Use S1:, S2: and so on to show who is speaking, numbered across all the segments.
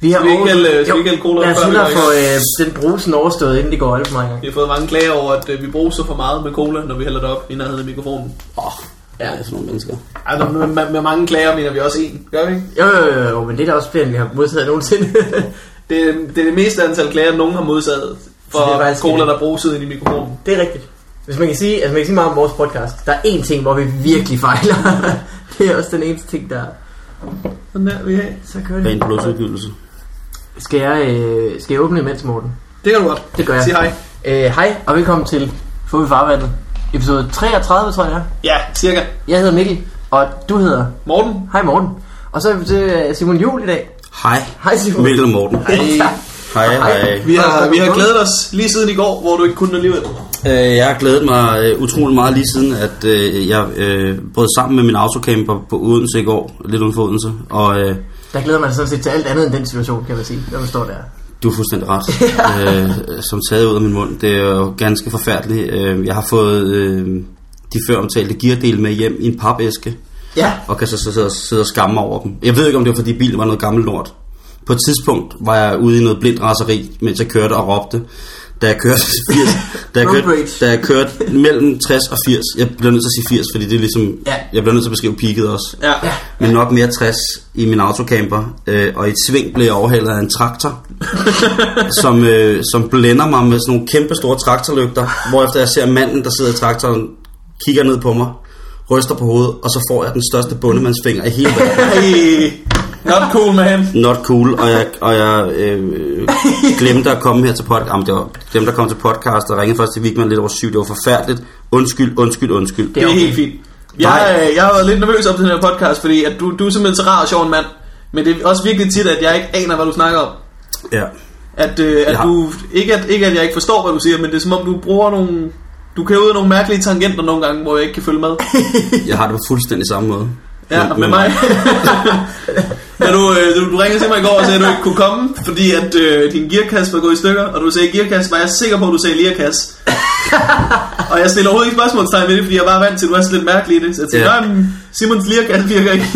S1: Vi har
S2: Skal vi ikke
S1: over-
S2: hælde- skal
S1: Jo,
S2: vi ikke hælde cola
S1: Lad os
S2: før vi
S1: hellere
S2: drikker?
S1: få øh, den brusen overstået, inden det går alt for mig.
S2: Vi har fået mange klager over, at øh, vi bruser for meget med cola, når vi hælder det op i nærheden af mikrofonen.
S3: Åh, oh, ja, det er sådan nogle mennesker.
S2: Ej, men med, med, med mange klager mener vi også en, gør vi ikke?
S1: Jo, jo, jo, jo, men det er da også flere, end vi har modtaget nogensinde.
S2: Det, det er det meste antal klager, nogen har modtaget
S1: Så det er
S2: for
S1: faktisk-
S2: cola, der bruges ind i mikrofonen.
S1: det er rigtigt. Hvis man kan sige, altså man kan sige meget om vores podcast, der er én ting, hvor vi virkelig fejler. det er også den eneste ting, der...
S2: Sådan der, vi har.
S1: Så kører
S3: Ren
S1: det.
S3: blodsudgivelse.
S1: Skal jeg, øh, skal jeg åbne imens, Morten?
S2: Det kan du godt.
S1: Det gør jeg.
S2: Sig hej.
S1: Øh, hej, og velkommen til Få vi farvandet. Episode 33, tror jeg. det er.
S2: Ja, cirka.
S1: Jeg hedder Mikkel, og du hedder...
S2: Morten,
S1: Hej Morten. Og så er vi til øh, Simon Jul i dag.
S3: Hej,
S1: Hej Simon.
S3: Mikkel og Morten. Hej, hej. hej.
S2: vi har,
S1: Hej.
S2: vi har glædet os lige siden i går, hvor du ikke kunne alligevel.
S3: Øh, jeg har glædet mig øh, utrolig meget lige siden, at øh, jeg øh, brød sammen med min autocamper på Odense i går, lidt uden for Odense, og øh,
S1: Der glæder man sig sådan set til alt andet end den situation, kan man sige, når man står der.
S3: du har fuldstændig ret, øh, som taget ud af min mund. Det er jo ganske forfærdeligt. Øh, jeg har fået øh, de før omtalte geardele med hjem i en papæske,
S1: Ja,
S3: og kan så, så sidde, og, sidde og skamme mig over dem. Jeg ved ikke, om det var, fordi bilen var noget gammelt lort. På et tidspunkt var jeg ude i noget blindt raseri, mens jeg kørte og råbte. Da jeg kørte, 80, da jeg
S1: Road
S3: kørte,
S1: rage.
S3: da jeg kørte mellem 60 og 80, jeg bliver nødt til at sige 80, fordi det er ligesom,
S1: Ja.
S3: jeg bliver nødt til at beskrive peaket også.
S2: Ja.
S1: Ja.
S3: Men nok mere 60 i min autocamper, øh, og i et sving blev jeg overhældet af en traktor, som, øh, som blænder mig med sådan nogle kæmpe store traktorlygter, hvorefter jeg ser manden, der sidder i traktoren, kigger ned på mig, ryster på hovedet, og så får jeg den største bundemandsfinger i hele verden.
S2: Hey. Not cool, man.
S3: Not cool, og jeg, og jeg øh, glemte at komme her til podcast. Jamen, det var dem, der kom til podcast og ringede først til Vigman lidt over syv. Det var forfærdeligt. Undskyld, undskyld, undskyld.
S1: Det
S2: Det
S1: er
S2: er
S1: okay.
S2: helt fint. Jeg, øh, jeg har været lidt nervøs op til den her podcast, fordi at du, du er simpelthen så rar og sjov en mand. Men det er også virkelig tit, at jeg ikke aner, hvad du snakker om.
S3: Ja.
S2: At, øh, at
S3: Ja.
S2: du, ikke, at, ikke at jeg ikke forstår, hvad du siger, men det er som om, du bruger nogle... Du kører ud af nogle mærkelige tangenter nogle gange, hvor jeg ikke kan følge med.
S3: Jeg har det på fuldstændig samme måde.
S2: Ja, med, med mig. ja, du, øh, du, du ringede til mig i går og sagde, at du ikke kunne komme, fordi at øh, din gearkasse var gået i stykker, og du sagde gearkasse, var jeg sikker på, at du sagde lirkasse. og jeg stiller overhovedet ikke spørgsmålstegn ved det, fordi jeg er bare vant til, at du er så lidt mærkelig i det. Så jeg tænkte,
S3: Ja.
S2: yeah. Simons lirkasse virker ikke,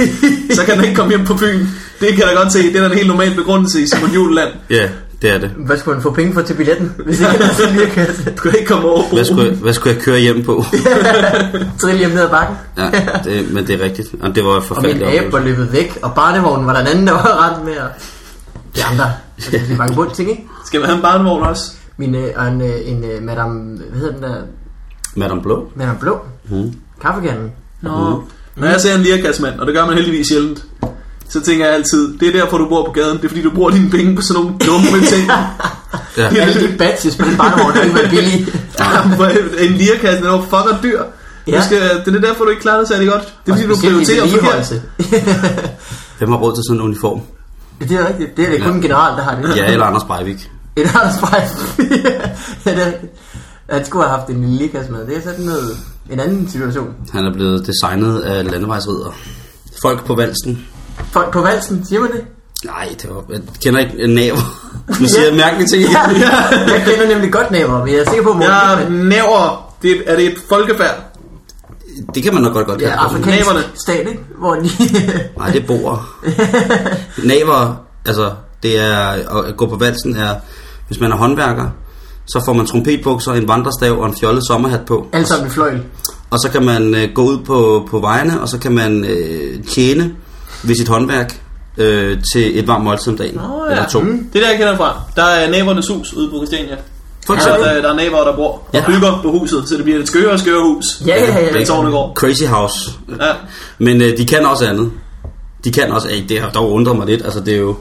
S2: så kan han ikke komme hjem på Fyn. Det kan jeg da godt se, det er da en helt normal begrundelse i Simon Juleland.
S3: Ja, det er det.
S1: Hvad skulle man få penge for til billetten, hvis ikke man selv lige kan
S2: Du kan ikke komme over
S3: Hvad skulle, jeg, hvad skulle jeg køre hjem på?
S1: trille hjem ned ad bakken?
S3: Ja, det, men det er rigtigt. Og det var en
S1: Og min
S3: forfærdelig
S1: abe var
S3: oplevelse.
S1: løbet væk, og barnevognen var der en anden, der var rent med, og de andre. Altså, det er mange bundt ting, ikke?
S2: Skal vi have en barnevogn også?
S1: Min, øh, og en, øh, en øh, madame, hvad hedder den der,
S3: Madame Blå?
S1: madame blå,
S3: Mm.
S1: kaffekanden.
S2: Nå. Når jeg ser en lirakassemand, og det gør man heldigvis sjældent, så tænker jeg altid, det er derfor, du bor på gaden. Det er fordi, du bruger dine penge på sådan nogle dumme ting.
S3: Ja.
S2: Det er
S1: Alle
S2: lidt-
S1: de badges på den barnevogn, der ikke var billige.
S2: Ja, en lirakasse, den er jo fucker dyr.
S1: Ja.
S2: Ja. Skal, det er derfor, du ikke klarede det særlig godt. Det er fordi,
S1: Og
S2: du
S1: specielt i
S2: prioriterer forkert.
S1: vedligeholdelse.
S3: Hvem har råd til sådan en uniform?
S1: Det er rigtigt, det er det kun en general, der har det.
S3: Ja, eller Anders Breivik.
S1: Et arbejdsspejl. ja, det er rigtigt. Han skulle have haft en lille lirekasse med. Det er sådan noget, en anden situation.
S3: Han er blevet designet af landevejsridder. Folk på valsen.
S1: Folk på valsen, siger man det?
S3: Nej, det var... Jeg kender ikke en nabo. Du siger mærkelige ting.
S1: Ja, jeg kender nemlig godt naboer, men jeg er sikker på, at Morten
S2: Ja,
S1: Wigman-
S2: næver. Det er, er det et folkefærd?
S3: Det kan man nok godt godt
S1: ja,
S3: kalde det.
S1: afrikansk
S2: Naberne.
S1: stat, ikke? Hvor de...
S3: Nej, det er boer. Naver, altså, det er... At gå på valsen er... Hvis man er håndværker, så får man trompetbukser, en vandrestav og en fjollet sommerhat på.
S1: Alle sammen i fløjl.
S3: Og så kan man øh, gå ud på, på vejene, og så kan man øh, tjene ved sit håndværk øh, til et varmt måltid om dagen.
S2: Nå, ja.
S3: Eller to. Mm.
S2: Det er der, jeg kender fra. Der er naboernes hus ude på Christiania. Så
S3: For eksempel
S2: der, der er naboer, der bor og
S3: Ja.
S2: bygger på huset, så det bliver et skøre og skøre hus.
S1: Ja, ja, ja.
S2: Det er tårne går.
S3: Crazy House.
S2: Ja.
S3: Men øh, de kan også andet. De kan også... Ej, det har dog undret mig lidt. Altså, det er jo...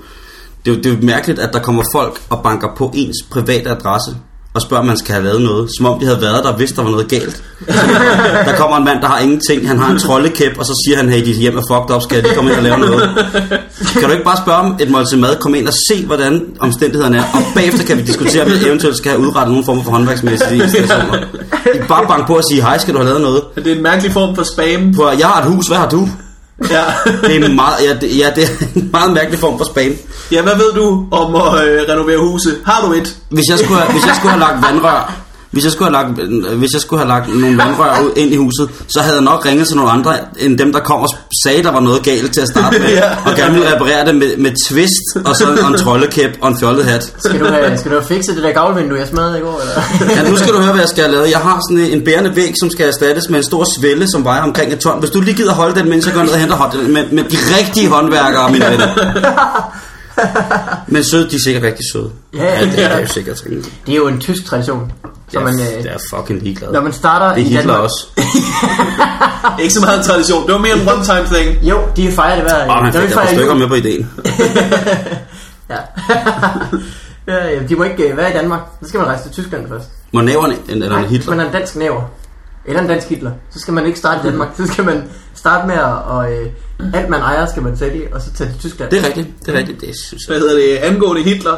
S3: Det er, jo, det er jo mærkeligt, at der kommer folk og banker på ens private adresse og spørger, om man skal have lavet noget. Som om de havde været der, hvis der var noget galt. der kommer en mand, der har ingenting. Han har en troldekæp, og så siger han, hey, dit hjem er fucked up. Skal jeg lige komme ind og lave noget? Kan du ikke bare spørge om et måltid mad? Kom ind og se, hvordan omstændighederne er. Og bagefter kan vi diskutere, om vi eventuelt skal have udrettet nogle former for håndværksmæssige installationer. Bare bank på og sige, hej, skal du have lavet noget?
S2: Men det er en mærkelig form for spam.
S3: Prøv, at- jeg har et hus, hvad har du?
S2: Ja.
S3: Det er en meget, ja, det, ja, det er en meget mærkelig form for spam.
S2: ja, hvad ved du om at øh, renovere huse? Har du et?
S3: Hvis jeg skulle have, hvis jeg skulle have lagt vandrør Hvis jeg, skulle have lagt, øh, hvis jeg skulle have lagt nogle vandrør ud ind i huset, så havde jeg nok ringet til nogle andre, end dem, der kom og sagde, der var noget galt til at starte med,
S2: Ja.
S3: og gerne ville reparere det med, med twist, og så og en troldekæp og en fjollet hat.
S1: Skal du, have, skal du have fikset det der gavlvindue, jeg smadrede i går? Eller?
S3: Ja, nu skal du høre, hvad jeg skal have lavet. Jeg har sådan en bærende væg, som skal erstattes med en stor svelle, som vejer omkring et ton. Hvis du lige gider holde den, mens jeg går ned og henter hånd, med, med de rigtige håndværkere, mine venner. Men søde, de er sikkert rigtig søde.
S1: Ja,
S3: det er
S2: ja.
S3: jo sikkert. Jeg
S1: Det er jo en tysk tradition. Så
S3: er,
S1: man,
S3: jeg
S1: øh,
S3: er fucking ligeglad.
S1: når man starter
S3: det er
S1: i
S3: Hitler
S1: Danmark...
S3: også.
S2: Ikke så meget en tradition. Det var mere en one-time thing.
S1: Jo, de fejrer det hver
S3: Og han
S1: Når vi
S3: fik der
S1: fejrer
S3: stykker
S1: jul-
S3: med på ideen.
S1: Ja. ja, ja, de må ikke øh, være i Danmark. Så skal man rejse til Tyskland først.
S3: Må næverne, eller en
S1: Nej, hvis
S3: Hitler.
S1: man er en dansk næver, eller en dansk Hitler, så skal man ikke starte i Danmark. Så skal man starte med at... Og, øh, alt man ejer, skal man sælge, og så tage til Tyskland.
S3: Det er rigtigt, det er rigtigt, det synes jeg.
S2: hvad hedder det, angående Hitler,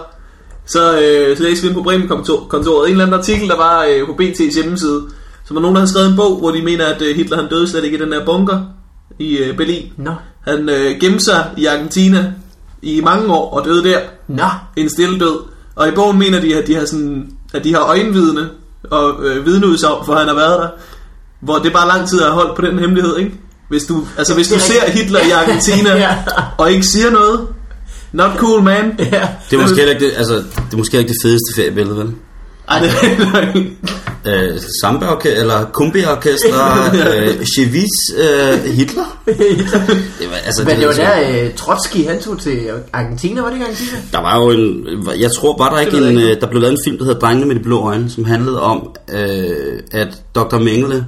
S2: så, øh, så læste vi ind på Bremen-kontoret en eller anden artikel, der var øh, på BT's hjemmeside, som var nogen, der havde skrevet en bog, hvor de mener, at øh, Hitler han døde slet ikke i den der bunker i øh, Berlin.
S1: Nå,
S2: Han øh, gemte sig i Argentina i mange år og døde der
S1: nå.
S2: en stille død. Og i bogen mener de, at de har, sådan, at de har øjenvidne og øh, vidneudsagn, for han har været der. Hvor det bare lang tid har holdt på den hemmelighed, ikke? Hvis du, altså, hvis
S1: Det
S2: du
S1: er
S2: ser
S1: rigtigt.
S2: Hitler i Argentina
S1: Ja.
S2: og ikke siger noget, not cool man.
S1: Ja.
S3: Det er måske heller ikke det, altså, det, er måske heller ikke det fedeste feriebillede, vel?
S2: Ej, det
S3: Øh, Samba eller Kumbi Orkester, øh, Chevis, øh, Hitler. Det var, altså,
S1: Men det var
S3: sådan-
S1: der, øh, Trotsky han tog til Argentina, var det ikke Argentina?
S3: Der var jo en, jeg tror, var der ikke
S2: ved jeg
S3: en,
S2: ikke.
S3: øh, der blev lavet en film, der hedder Drengene med de blå øjne, som handlede om, øh, at Dr. Mengele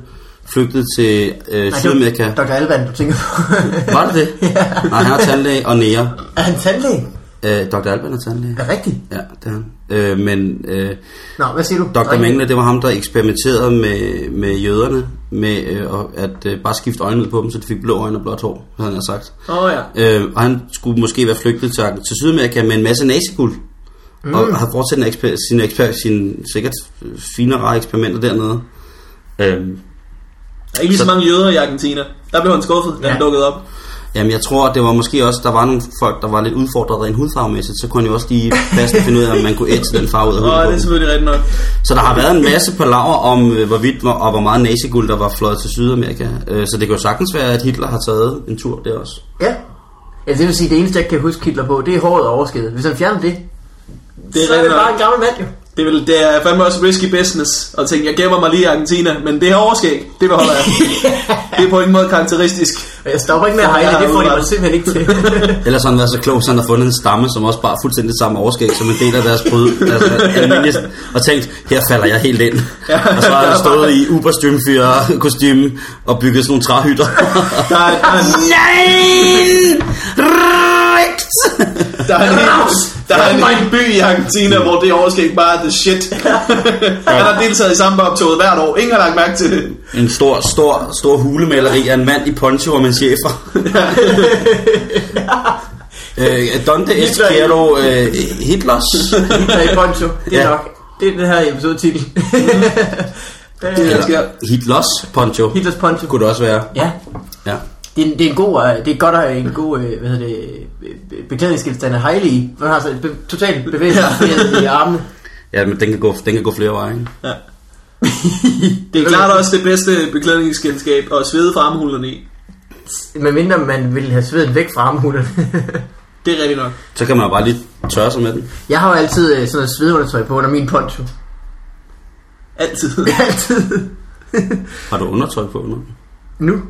S3: flygtede til øh, Sydamerika.
S1: Nej, det var Dr. Alban, du tænker på.
S3: Var det det?
S1: ja.
S3: Nej, han er tandlæge og nære.
S1: Er han tandlæge?
S3: Øh, Dr. Alban er tandlæge.
S1: Er rigtigt?
S3: Ja, det er han. Øh, men øh,
S1: Nå, hvad siger du?
S3: Dr.
S1: Drenge?
S3: Mengele, det var ham, der eksperimenterede med, med jøderne, med øh, og- at øh, bare skifte øjnene på dem, så de fik blå øjne og blåt hår, havde han sagt.
S2: Åh oh, ja.
S3: Øh, og han skulle måske være flygtet til, til Sydamerika med en masse naziguld. Mm. Og har fortsat en eksper, sine, eksper, sine sikkert øh, fine og rare eksperimenter dernede. Øh,
S2: Der er ikke lige så mange jøder i Argentina. Der blev han skuffet, da han
S1: Ja.
S2: dukkede op.
S3: jamen jeg tror, det var måske også, der var nogle folk, der var lidt udfordret rent hudfarvemæssigt, så kunne han jo også lige passende finde ud af, om man kunne ætse den farve ud af
S2: Åh, det er
S3: huden. på dem.
S2: selvfølgelig rigtigt nok.
S3: Så der har været en masse palaver om, øh, hvorvidt hvor- og hvor meget naziguld, der var fløjet til Sydamerika. Øh, så det kan jo sagtens være, at Hitler har taget en tur der også.
S1: Ja. Ja, det vil sige, det eneste, jeg kan huske Hitler på, det er håret og overskædet. Hvis han fjerner det,
S2: Det er
S1: så er det
S2: rigtigt nok.
S1: bare en gammel mand, jo.
S2: Det er, vel, det er fandme også risky business at tænke, jeg gemmer mig lige i Argentina, men det her overskæg, det beholder jeg. det er på ingen måde karakteristisk.
S1: Og jeg stopper ikke med at
S2: Så jeg
S1: hejle,
S2: har
S1: det får de mig
S2: udrettet.
S1: simpelthen ikke til.
S3: Ellers har han været så klog, så han har fundet en stamme, som også bare fuldstændig samme overskæg, som en del af deres bryd, altså, almindeligt, og tænkt, her falder jeg helt ind. Og så har han stået i uberstyrmfyrer kostume og bygget sådan nogle træhytter.
S2: Der er, der er,
S3: Nej! Rigt!
S2: der er, en, der er en hel by i Argentina, hvor det overskæg bare er the shit. Han har deltaget i sambaoptoget hvert år. Ingen har lagt mærke til det.
S3: En stor, stor, stor hulemaleri af en mand i poncho og med en chefer. Øh, Donde Esquero øh, Hitlers.
S1: Hitler i poncho, det er
S3: Ja.
S1: nok. Det er den her episode titel.
S3: Eller Hitlers poncho.
S1: Hitlers poncho.
S3: Kunne det også være.
S1: Ja,
S3: Ja.
S1: det er, en- det er en god, øh, det er godt at have en god, øh, hvad hedder det, øh, beklædningsgenstand af hejle i. Man har så et be- totalt bevægelsesfrihed i armene.
S3: Ja, men den kan gå, den kan gå flere veje. ikke?
S2: Ja. Det er klart også det bedste beklædningskendskab at svede fra armhulerne i.
S1: Men mindre man ville have sveden væk fra armhulen.
S2: Det er rigtigt nok.
S3: Så kan man jo bare lige tørre sig med den.
S1: jeg har jo altid øh, sådan noget svedundertøj på under min poncho.
S2: Altid.
S1: Altid.
S3: Har du undertøj på nu?
S1: Nu.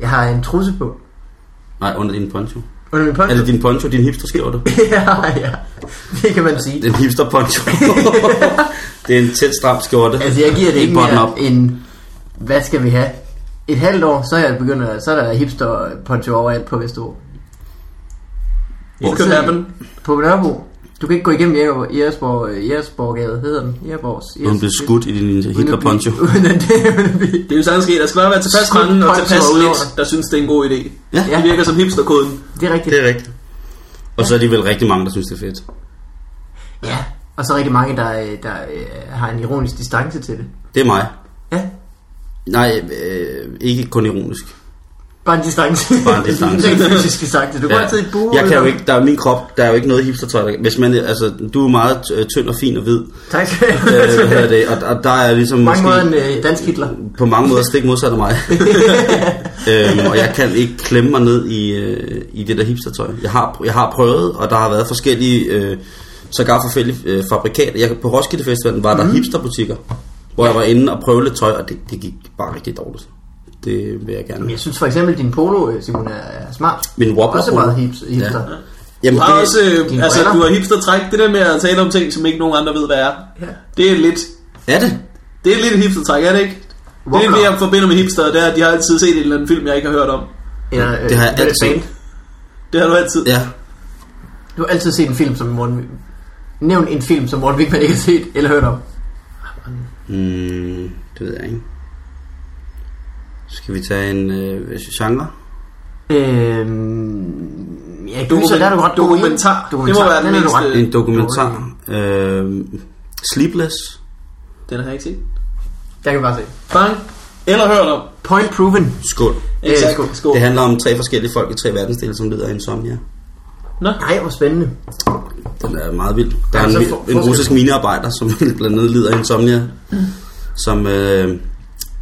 S1: Jeg har en trusse på.
S3: Nej, under din poncho.
S1: Under min
S3: Er
S1: poncho?
S3: det din poncho, din hipsterskjorte?
S1: ja, ja. Det kan man sige.
S3: Det er en hipster poncho. det er en tæt stram skjorte.
S1: Altså, jeg giver det ikke
S3: button
S1: mere
S3: up.
S1: end... Hvad skal vi have? Et halvt år, så er jeg begyndt at... Så er der hipster poncho overalt på Vesterbro.
S2: It could happen.
S1: På Nørrebro. Du kan ikke gå igennem Jæger- Jægersborg, øh, Jægersborggade, hedder den. Jægersborgs.
S3: Hun blev skudt i din hipster poncho.
S1: Uden at det, uden at blive...
S2: Det er jo sagtens sket. Der skal bare være tilpas
S1: Skud
S2: mange og
S1: poncho
S2: tilpas
S1: ud over
S2: lidt,
S1: det.
S2: der synes, det er en god idé.
S3: Ja,
S2: Det virker som hipsterkoden.
S1: Det er rigtigt.
S3: det er rigtigt. Og så er alligevel rigtig mange, der synes, det er fedt.
S1: Ja. Og så rigtig mange, der, øh, der øh, har en ironisk distance til det.
S3: Det er mig.
S1: Ja.
S3: Nej, øh, ikke kun ironisk.
S1: Bare en distance.
S3: Bare en distance.
S1: det er en fysisk distance. Du kan ja. altid i bue.
S3: jeg kan jo ikke, der er min krop, der er jo ikke noget hipstertøj. der- Hvis man, altså, du er meget øh, tynd og fin og hvid,
S1: Tak skal du
S3: øh, hvad hedder
S1: have.
S3: det, og, og der er ligesom
S1: På mange måder en
S3: måske
S1: øh, dansk Hitler.
S3: på mange måder stik modsat af mig. øhm, og jeg kan ikke klemme mig ned i, øh, i det der hipstertøj. Jeg har, jeg har prøvet, og der har været forskellige, øh, sågar forskellige øh, fabrikater. Jeg, på Roskilde Festivalen var der
S1: Mhm.
S3: mm. hipsterbutikker, hvor jeg var inde og prøve lidt tøj, og det, det gik bare rigtig dårligt. Det vil jeg gerne.
S1: Jeg synes for eksempel, din polo, øh, Simon, er- er smart.
S3: Min wobbler
S1: Også
S3: polo.
S1: meget hips, hipster.
S3: Ja. Jamen,
S2: Du har også,
S1: dine
S2: øh, altså,
S1: briller.
S2: du har hipster-træk. Det der med at tale om ting, som ikke nogen andre ved, hvad er.
S1: Ja.
S2: Det er lidt,
S3: er det?
S2: det er lidt et hipster-træk, er det ikke? Det er
S1: Hvorfor?
S2: det, jeg forbinder med hipster, det er, at de har altid set en eller anden film, jeg ikke har hørt om.
S1: Eller, øh,
S3: Det har jeg
S1: Red
S3: altid.
S1: Band.
S2: Det har du altid.
S3: Ja.
S1: Du har altid set en film, som Morten... Nævn en film, som Morten Wigman ikke har set eller hørt om.
S3: Mm, det ved jeg ikke. Skal vi tage en øh, genre?
S1: Øhm, ja,
S2: Dokumen-
S1: gyser, der er du ret god i.
S2: dokumentar. Det må være den
S1: er du
S2: mest,
S1: ret-
S2: øh,
S3: En dokumentar. Øh, Sleepless.
S2: Den har jeg ikke set.
S1: Jeg kan bare se.
S2: Bang. Eller hørt om.
S1: Point proven.
S3: Skål.
S2: Exakt.
S1: skål.
S2: Skål.
S3: Det handler om tre forskellige folk i tre verdensdele, som lider af insomnia.
S2: Nå.
S1: Nej, hvor spændende.
S3: Den er meget vild. Der er
S1: Ja,
S3: en,
S1: så
S3: vild-
S1: Altså, for-
S3: en
S1: forskel.
S3: russisk minearbejder, som blandt andet lider af insomnia. Som, øh,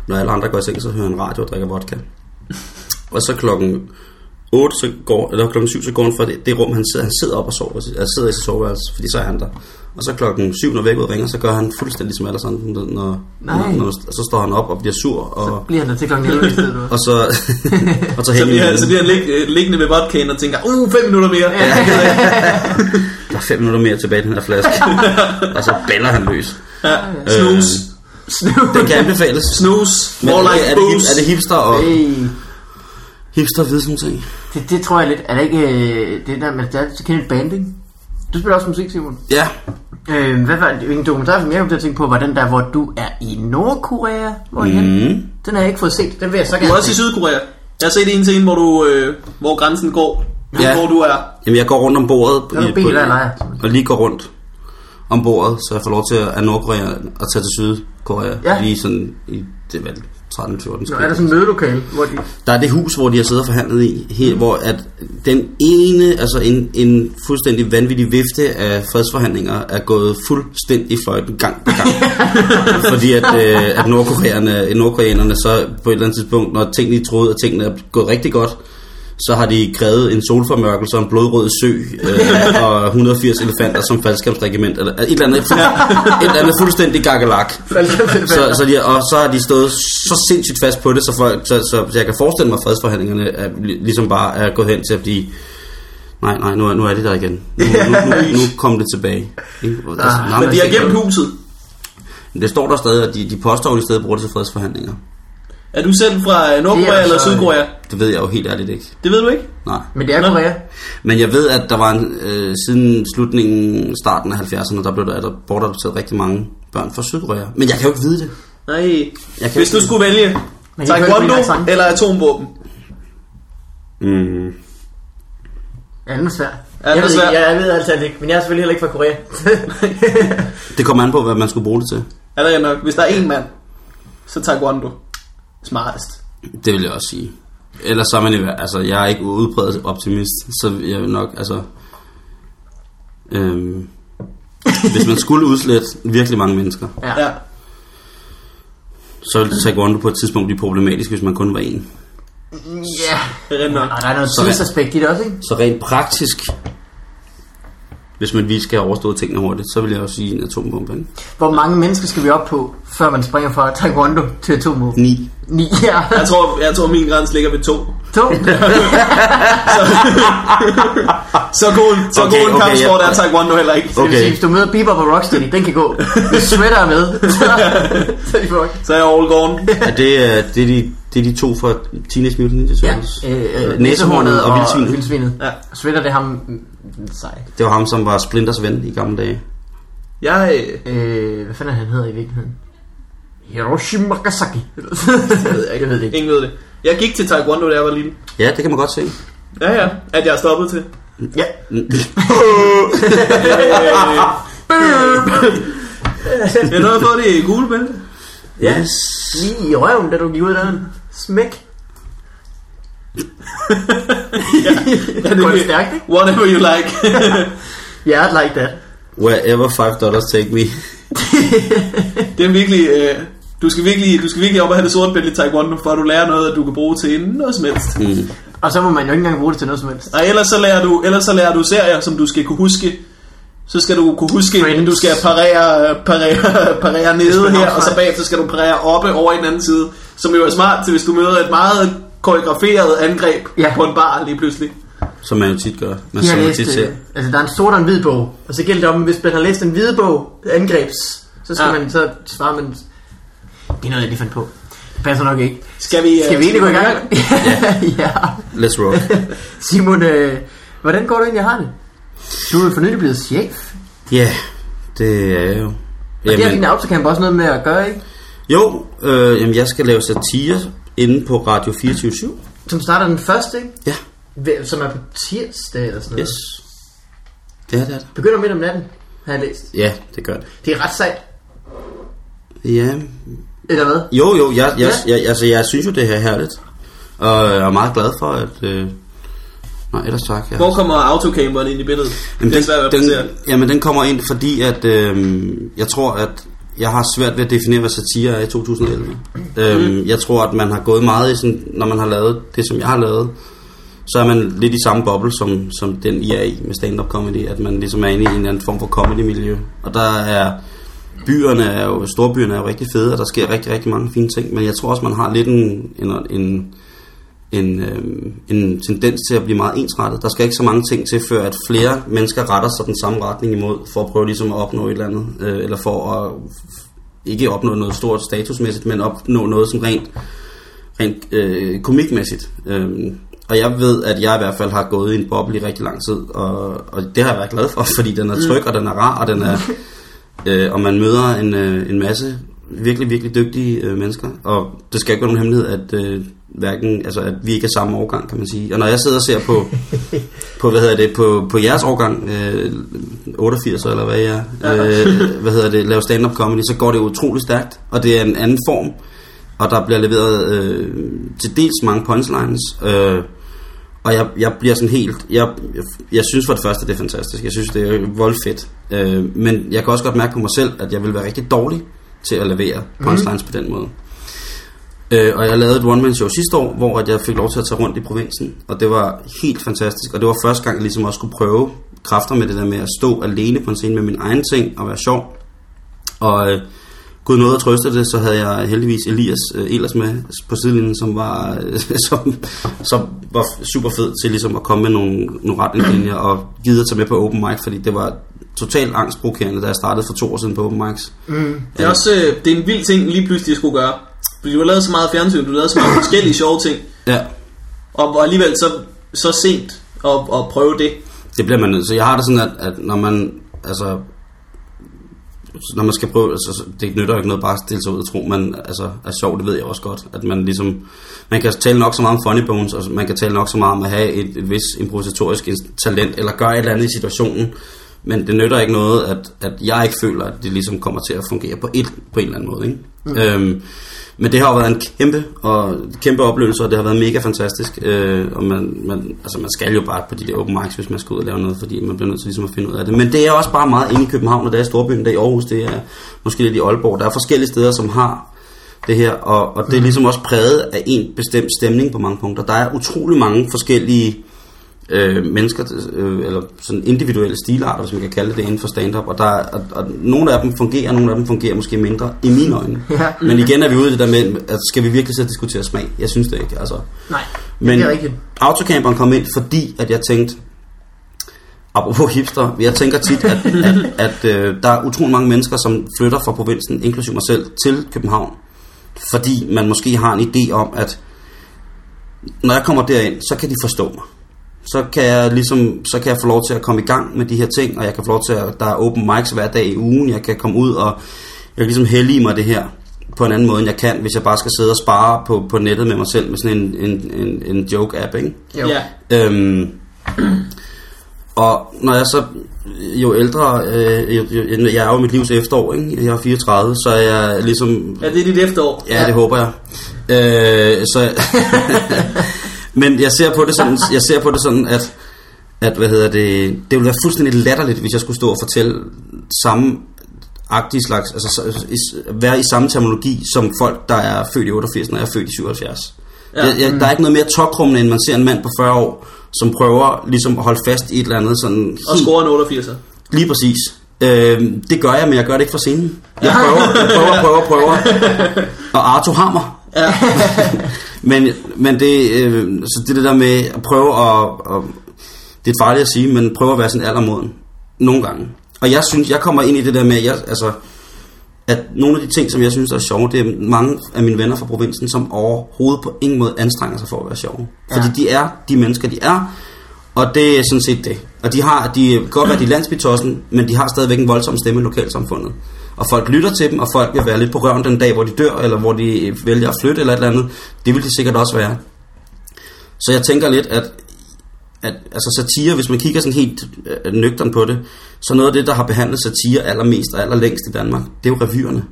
S3: når alle andre går i seng, så hører han radio og drikker vodka. Og så klokken 8, så går, eller klokken 7, så går han fra det, det rum, han sidder, han sidder op og sover, altså sidder i sit soveværelse, fordi så er han der. Og så klokken 7, når vækket ringer, så gør han fuldstændig som alle sådan, når, når,
S1: Nej.
S3: når, så står han op og bliver sur,
S1: Så
S3: og,
S1: bliver han der til klokken 11 i stedet. for.
S3: og så, og
S2: Så
S3: så hænger
S2: bliver, så bliver han lig, øh, liggende ved vodkaen og tænker, uh, fem minutter mere. Ja.
S3: Der er fem minutter mere tilbage i den her flaske. og så baller han løs.
S2: Snus.
S3: Den kan anbefales.
S2: Snus.
S3: Øh. Men
S2: More
S3: er,
S2: like
S3: det, er, det,
S2: booze.
S3: hip- er det hipster og
S1: Hey,
S3: hipster ved sådan ting?
S1: det, det tror jeg lidt. Er det ikke øh, det der med, der er Kenneth Banding? Du spiller også musik, Simon.
S3: Ja,
S1: Øh, hvad var det? En dokumentar, som jeg kom til at tænke på, var den der, hvor du er i Nordkorea. Hvor mm.
S3: Mhm.
S1: Den har jeg ikke fået set. Den vil jeg så
S2: Du
S1: gerne
S2: er også i
S1: se.
S2: Sydkorea. Jeg har set en til en, hvor, du, øh, hvor grænsen går.
S3: Ja.
S2: Ja. Hvor du er.
S3: jamen jeg går rundt om bordet.
S1: Der er nogle
S3: i- på-
S1: biler, der leger.
S3: Og lige går rundt om bordet, så jeg får lov til at, af Nordkorea at tage til Sydkorea.
S1: Ja.
S3: Lige sådan i, det var 13-14
S1: Nå, er der sådan et mødelokale, hvor de...
S3: Der er det hus, hvor de har siddet og forhandlet i, her,
S1: Mm.
S3: hvor at den ene, altså en, en fuldstændig vanvittig vifte af fredsforhandlinger, er gået fuldstændig fløjten gang på gang. Fordi at, øh, at nordkoreanerne, nordkoreanerne så på et eller andet tidspunkt, når tingene de troede, at tingene er gået rigtig godt, så har de krævet en solformørkelse og en blodrød sø øh, og 180 elefanter som faldskabsregiment, eller et eller andet, fuld, et eller andet fuldstændig gakkelak så, så de, og så har de stået så sindssygt fast på det, så, folk, så, så, så jeg kan forestille mig, at fredsforhandlingerne er, li- ligesom bare er gået hen til at blive... Nej, nej, nu er, nu er det der igen. Nu, nu, nu, nu kom det tilbage. Ikke? Og Altså,
S1: Ah,
S3: nej,
S2: Men de har
S3: det-
S2: gemt huset.
S3: Det står der stadig, at de, de påstår, at de stadig bruger det til fredsforhandlinger.
S2: Er du selv fra øh,
S1: Det er
S2: Nordkorea eller
S1: altså-
S2: Sydkorea?
S3: Det ved jeg jo helt ærligt ikke.
S2: Det ved du ikke?
S3: Nej.
S1: Men det er
S2: Nå.
S1: Korea.
S3: Men jeg ved, at der var en, øh, siden slutningen, starten af 70'erne, der blev der, der bortadopteret rigtig mange børn fra Sydkorea. Men jeg kan jo ikke vide det.
S2: Nej.
S3: Jeg kan
S2: Hvis du
S3: ikke-
S2: skulle vælge
S1: Men I kan
S2: taekwondo
S1: høre min accent.
S2: eller atomvåben?
S3: Mm.
S1: Ja, den er svær.
S2: den er
S1: jeg, ved
S2: svær.
S1: Ikke, jeg, jeg ved altså ikke, men jeg er selvfølgelig heller ikke fra Korea.
S3: Det kommer an på, hvad man skulle bruge det til.
S2: Er der nok? Hvis der er én mand, så taekwondo. Smartest.
S3: Det vil jeg også sige. Ellers så er man jo, altså jeg er ikke udpræget optimist, så jeg vil nok, altså... Øhm, hvis man skulle udslette virkelig mange mennesker,
S1: ja.
S2: Ja.
S3: så ville Taekwondo på et tidspunkt blive problematisk, hvis man kun var en.
S1: ja.
S2: Det er rigtig nok.
S1: Og der er noget
S3: Sådan.
S1: tidsaspekt i det også, ikke?
S3: Så rent praktisk, hvis man lige skal have overstået tingene hurtigt, så vil jeg også sige en atombombe. ikke?
S1: Hvor mange mennesker skal vi op på, før man springer fra taekwondo til atomvåben?
S3: Ni.
S1: Ni. Ja.
S2: Jeg tror, jeg tror min grænse ligger ved to.
S1: To.
S2: Så god, en- så
S3: Okay,
S2: god en
S3: okay,
S2: kampsport
S3: ja.
S2: er taekwondo heller ikke.
S1: Det vil
S3: Okay.
S1: sige, hvis du møder Bieber på Rocksteady, den kan gå. Hvis Shredder er med, så, så er de fuck.
S2: Så er jeg all gone.
S3: Er det, øh, det, er de, det er de to fra Teenage Mutant Ninja
S1: Ja.
S3: Turtles?
S1: Øh, øh,
S3: Næsehornet og vildsvinet.
S1: vildsvinet.
S2: Ja.
S1: Shredder, det er ham... mm, Sej.
S3: Det var ham, som var Splinters ven i gamle dage.
S2: Jeg, øh,
S1: Øh, hvad fanden er han hedder i virkeligheden? Hiroshi Makasaki. det ved jeg ikke. Jeg ved det ikke.
S2: ingen ved det. Jeg gik til taekwondo, da jeg var lille.
S3: Ja, det kan man godt se.
S2: Ja, ja. At jeg er stoppet til.
S1: Ja.
S2: Øh, jeg tror, jeg har fået det gule bælte.
S3: Yes.
S1: Lige i røven, da du gik ud af døren. Smæk.
S2: Ja,
S1: Går det stærkt, ikke?
S2: Whatever you like.
S1: Yeah, I'd like that.
S3: Wherever 5 dollars take me.
S2: det er virkelig... Øh, du skal virkelig, du skal virkelig op og have det sorte bælte i Taekwondo, for at du lærer noget, du kan bruge til noget som helst.
S3: Mm.
S1: Og så må man jo ikke engang bruge det til noget som helst.
S2: Og ellers så lærer du, ellers så lærer du serier, som du skal kunne huske. Så skal du kunne huske,
S1: Friends.
S2: at du skal parere, parere, parere nede
S1: Spin-off,
S2: her, og så
S1: nej.
S2: bagefter skal du parere oppe over i den anden side. Som jo er smart til, hvis du møder et meget koreograferet angreb
S1: Ja.
S2: ja. på en bar lige pludselig.
S3: Som man jo tit gør. Man
S1: Jeg har
S3: så
S1: læst,
S3: tit
S1: øh,
S3: til.
S1: altså der er en sort og en hvid bog, og så gælder det om, hvis man har læst en hvid bog, angrebs, så skal
S2: Ja.
S1: man, så svarer man, det er noget, jeg lige fandt på. Det passer nok ikke.
S2: Skal vi, øh,
S1: Skal vi egentlig gå i gang? ja.
S3: Let's rock.
S1: Simon, øh, hvordan går det egentlig, jeg har det? Du er jo for nylig blevet chef.
S3: Ja, yeah, det er jo...
S1: Og det har din autocamp også noget med at gøre, ikke?
S3: jo, øh, jamen, jeg skal lave satire inde på Radio 24-7.
S1: Som starter den første, ikke?
S3: Ja,
S1: Hvem- Som er på tirsdag eller sådan noget.
S3: yes. Det er det. er det.
S1: Begynder midt om natten, har jeg læst.
S3: Ja, det gør det.
S1: Det er ret sejt,
S3: Ja,
S1: eller hvad?
S3: jo, jo, jeg, jeg,
S1: Ja.
S3: ja. jeg, altså, jeg synes jo, det her er herligt. Og jeg er meget glad for, at... Øh... Nej, ellers tak. Jeg...
S2: Hvor kommer autocamperen ind i billedet?
S3: Jamen,
S2: det er svært at
S3: den,
S2: placere.
S3: den, jamen, den kommer ind, fordi at, øh, jeg tror, at jeg har svært ved at definere, hvad satire er i 2011.
S2: Mm.
S3: Øhm, jeg tror, at man har gået meget i sådan, når man har lavet det, som jeg har lavet, så er man lidt i samme boble, som, som den I er i med stand-up comedy, at man ligesom er inde i en eller anden form for comedy-miljø. Og der er byerne, er jo, storbyerne er jo rigtig fede, og der sker rigtig, rigtig mange fine ting, men jeg tror også, man har lidt en, en, en en, øh, en tendens til at blive meget ensrettet. Der skal ikke så mange ting til, før at flere mennesker retter sig den samme retning imod, for at prøve ligesom at opnå et eller andet, øh, eller for at ikke opnå noget stort statusmæssigt, men opnå noget som rent, rent øh, komikmæssigt. Øh, og jeg ved, at jeg i hvert fald har gået i en boble i rigtig lang tid, og, og det har jeg været glad for, fordi den er tryg, og den er rar, og den er... Øh, og man møder en, øh, en masse virkelig, virkelig dygtige øh, mennesker. Og det skal ikke være nogen hemmelighed, at, øh, hverken, altså, at vi ikke er samme årgang, kan man sige. Og når jeg sidder og ser på, på hvad hedder det, på, på jeres årgang, øh, 88 eller hvad jeg er, øh, hvad hedder det, laver stand-up comedy, så går det utrolig stærkt. Og det er en anden form. Og der bliver leveret øh, til dels mange punchlines. Øh, og jeg, jeg bliver sådan helt... Jeg, jeg, jeg synes for det første, det er fantastisk. Jeg synes, det er voldfedt. Øh, men jeg kan også godt mærke på mig selv, at jeg vil være rigtig dårlig til at levere punchlines mm. på den måde. Øh, og jeg lavede et one-man-show sidste år, hvor at jeg fik lov til at tage rundt i provinsen. Og det var helt fantastisk. Og det var første gang, jeg ligesom også skulle prøve kræfter med det der med at stå alene på en scene med min egen ting og være sjov. Og øh, Gud nåede at trøste det, så havde jeg heldigvis Elias øh, Elers med på sidelinjen, som var, øh, som, som var super fed til ligesom at komme med nogle, nogle retningslinjer og givet at tage med på open mic, fordi det var totalt angstprovokerende, da jeg startede for to år siden på open mics.
S1: Mm.
S2: Det er også øh, det er en vild ting, lige pludselig at skulle gøre. Fordi du har lavet så meget fjernsyn, du har lavet så mange forskellige sjove ting.
S3: Ja,
S2: Og, og alligevel så, så sent at, at prøve det.
S3: Det bliver man nødt til. Jeg har det sådan, at, at når man, altså, når man skal prøve, altså, så- det nytter jo ikke noget bare at stille sig ud og tro, man altså, er sjov, det ved jeg også godt, at man ligesom, man kan tale nok så meget om funny bones, og man kan tale nok så meget om at have et, et vis improvisatorisk ins- talent, eller gøre et eller andet i situationen, men det nytter ikke noget, at, at jeg ikke føler, at det ligesom kommer til at fungere på, et, på en eller anden måde, ikke? Mm. Øhm, men det har jo været en kæmpe og kæmpe oplevelse, og det har været mega fantastisk. Øh, og man, man, altså man skal jo bare på de der open mics, hvis man skal ud og lave noget, fordi man bliver nødt til ligesom at finde ud af det. Men det er også bare meget inde i København, og det er i Storbyen, det er i Aarhus, det er måske lidt i Aalborg. Der er forskellige steder, som har det her, og, og det er ligesom også præget af en bestemt stemning på mange punkter. Der er utrolig mange forskellige øh, mennesker, øh, eller sådan individuelle stilarter, hvis man kan kalde det, inden for stand-up. Og, der, er- og, og nogle af dem fungerer, nogle af dem fungerer måske mindre, i mine øjne.
S1: Ja.
S3: Men igen er vi ude i det der med, at skal vi virkelig så diskutere smag? Jeg synes det ikke, altså.
S1: Nej,
S3: Men
S1: det er rigtigt.
S3: autocamperen kom ind, fordi at jeg tænkte, apropos hipster, jeg tænker tit, at, at, at øh, der er utrolig mange mennesker, som flytter fra provinsen, inklusive mig selv, til København. Fordi man måske har en idé om, at når jeg kommer derind, så kan de forstå mig. Så kan, jeg ligesom, så kan jeg få lov til at komme i gang med de her ting, og jeg kan få lov til at, der er open mics hver dag i ugen, jeg kan komme ud og jeg kan ligesom hellige mig det her på en anden måde, end jeg kan, hvis jeg bare skal sidde og spare på, på nettet med mig selv med sådan en, en, en, en joke-app, ikke?
S1: Jo.
S2: Ja.
S3: Øhm, og når jeg så jo ældre, øh, jo, jo, jeg er jo i mit livs efterår, ikke? jeg er 34, så er jeg ligesom
S2: ja, det er dit efterår.
S3: Ja, det håber jeg. Øh, så, Men jeg ser på det sådan, jeg ser på det sådan at, at hvad hedder det, det ville være fuldstændig latterligt, hvis jeg skulle stå og fortælle samme agtige slags, altså så- i- være i samme terminologi som folk, der er født i 88, når jeg er født i 77.
S2: Ja.
S3: Ja, jeg, jeg, der er ikke noget mere tokrummende, end man ser en mand på 40 år, som prøver ligesom at holde fast i et eller andet sådan
S2: Og score en 88'er.
S3: Lige præcis. Øh, det gør jeg, men jeg gør det ikke for scenen. Jeg prøver, jeg prøver, prøver, prøver. Og Arto hammer.
S2: Ja.
S3: Men, men det, øh, så det, det der med at prøve at, at... Det er farligt at sige, men prøve at være sådan aldermoden. Nogle gange. Og jeg synes, jeg kommer ind i det der med, at jeg, altså, at nogle af de ting, som jeg synes der er sjove, det er mange af mine venner fra provinsen, som overhovedet på ingen måde anstrenger sig for at være sjove. Fordi
S1: Ja.
S3: de er de mennesker, de er, og det er sådan set det. Og de har, de kan godt være de er landsbytossen, men de har stadigvæk en voldsom stemme i lokalsamfundet. Og folk lytter til dem, og folk vil være lidt på røven den dag, hvor de dør, eller hvor de øh, vælger at flytte eller et eller andet. Det vil de sikkert også være. Så jeg tænker lidt, at, at altså satire, hvis man kigger sådan helt øh, nøgtern på det, så noget af det, der har behandlet satire allermest og allerlængst i Danmark, det er jo revyerne.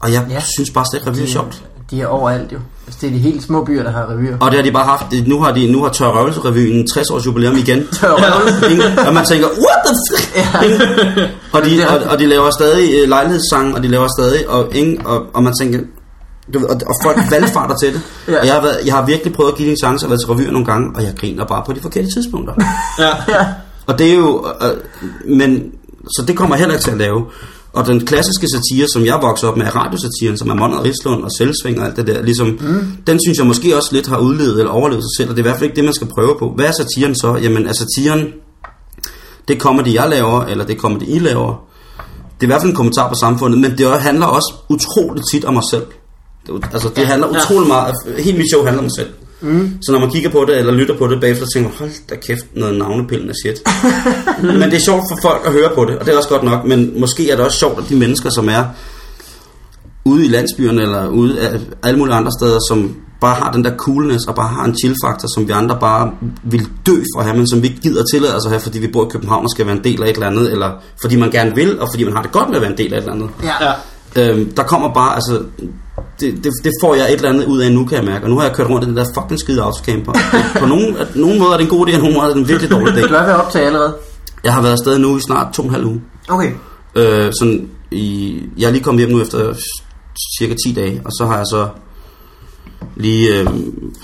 S3: Og jeg
S1: Ja.
S3: ja. synes bare slet ikke, revy er sjovt.
S1: De er overalt jo. Altså, det er de helt små byer, der har revyer.
S3: Og det har de bare haft. det- Nu har, de, nu har Tør Røvelse-revyen 60 års jubilæum igen.
S1: Tør Røvelse.
S3: Ingen- og man tænker, what the fuck? og, de, og, og, de laver stadig øh, lejlighedssange, og de laver stadig, og, ingen, og, og man tænker, du, ved, og, og folk valgfarter til det.
S1: Ja.
S3: ja. og jeg, har været, jeg har virkelig prøvet at give det en chance at være til revyer nogle gange, og jeg griner bare på de forkerte tidspunkter.
S2: ja.
S3: Og det er jo... Øh, men, så det kommer jeg heller ikke til at lave. Og den klassiske satire, som jeg voksede op med, er radiosatiren, som er Monrad Rislund og Selvsving og alt det der, ligesom, mm. den synes jeg måske også lidt har udlevet eller overlevet sig selv, og det er i hvert fald ikke det, man skal prøve på. Hvad er satiren så? Jamen, er satiren, det kommer det, jeg laver, eller det kommer det, I laver? Det er i hvert fald en kommentar på samfundet, men det også- handler også utroligt tit om mig selv. Det, er jo- altså, det handler utrolig meget, helt mit show handler om mig selv. Mm. Så når man kigger på det, eller lytter på det bagefter, så tænker man, hold da kæft, noget navnepillende shit. Men det er sjovt for folk at høre på det, og det er også godt nok. Men måske er det også sjovt, at de mennesker, som er ude i landsbyerne eller ude af alle mulige andre steder, som bare har den der coolness og bare har en chill-faktor, som vi andre bare vil dø for at have, men som vi ikke gider tillade os at have, fordi vi bor i København og skal være en del af et eller andet, eller fordi man gerne vil, og fordi man har det godt med at være en del af et eller andet.
S1: Ja.
S2: ja.
S3: Øhm, der kommer bare, altså, det, det, det får jeg et eller andet ud af nu, kan jeg mærke. Og nu har jeg kørt rundt i den der fucking skide autocamper. på nogen, nogen måder er det en god idé, og nogen måder er det en virkelig dårlig
S1: Det
S3: idé.
S1: kan være ved at optage allerede.
S3: Jeg har været afsted nu i snart to og en halv uge.
S1: Okay.
S3: Øh, sådan i, jeg er lige kommet hjem nu efter cirka 10 dage, og så har jeg så lige, øh,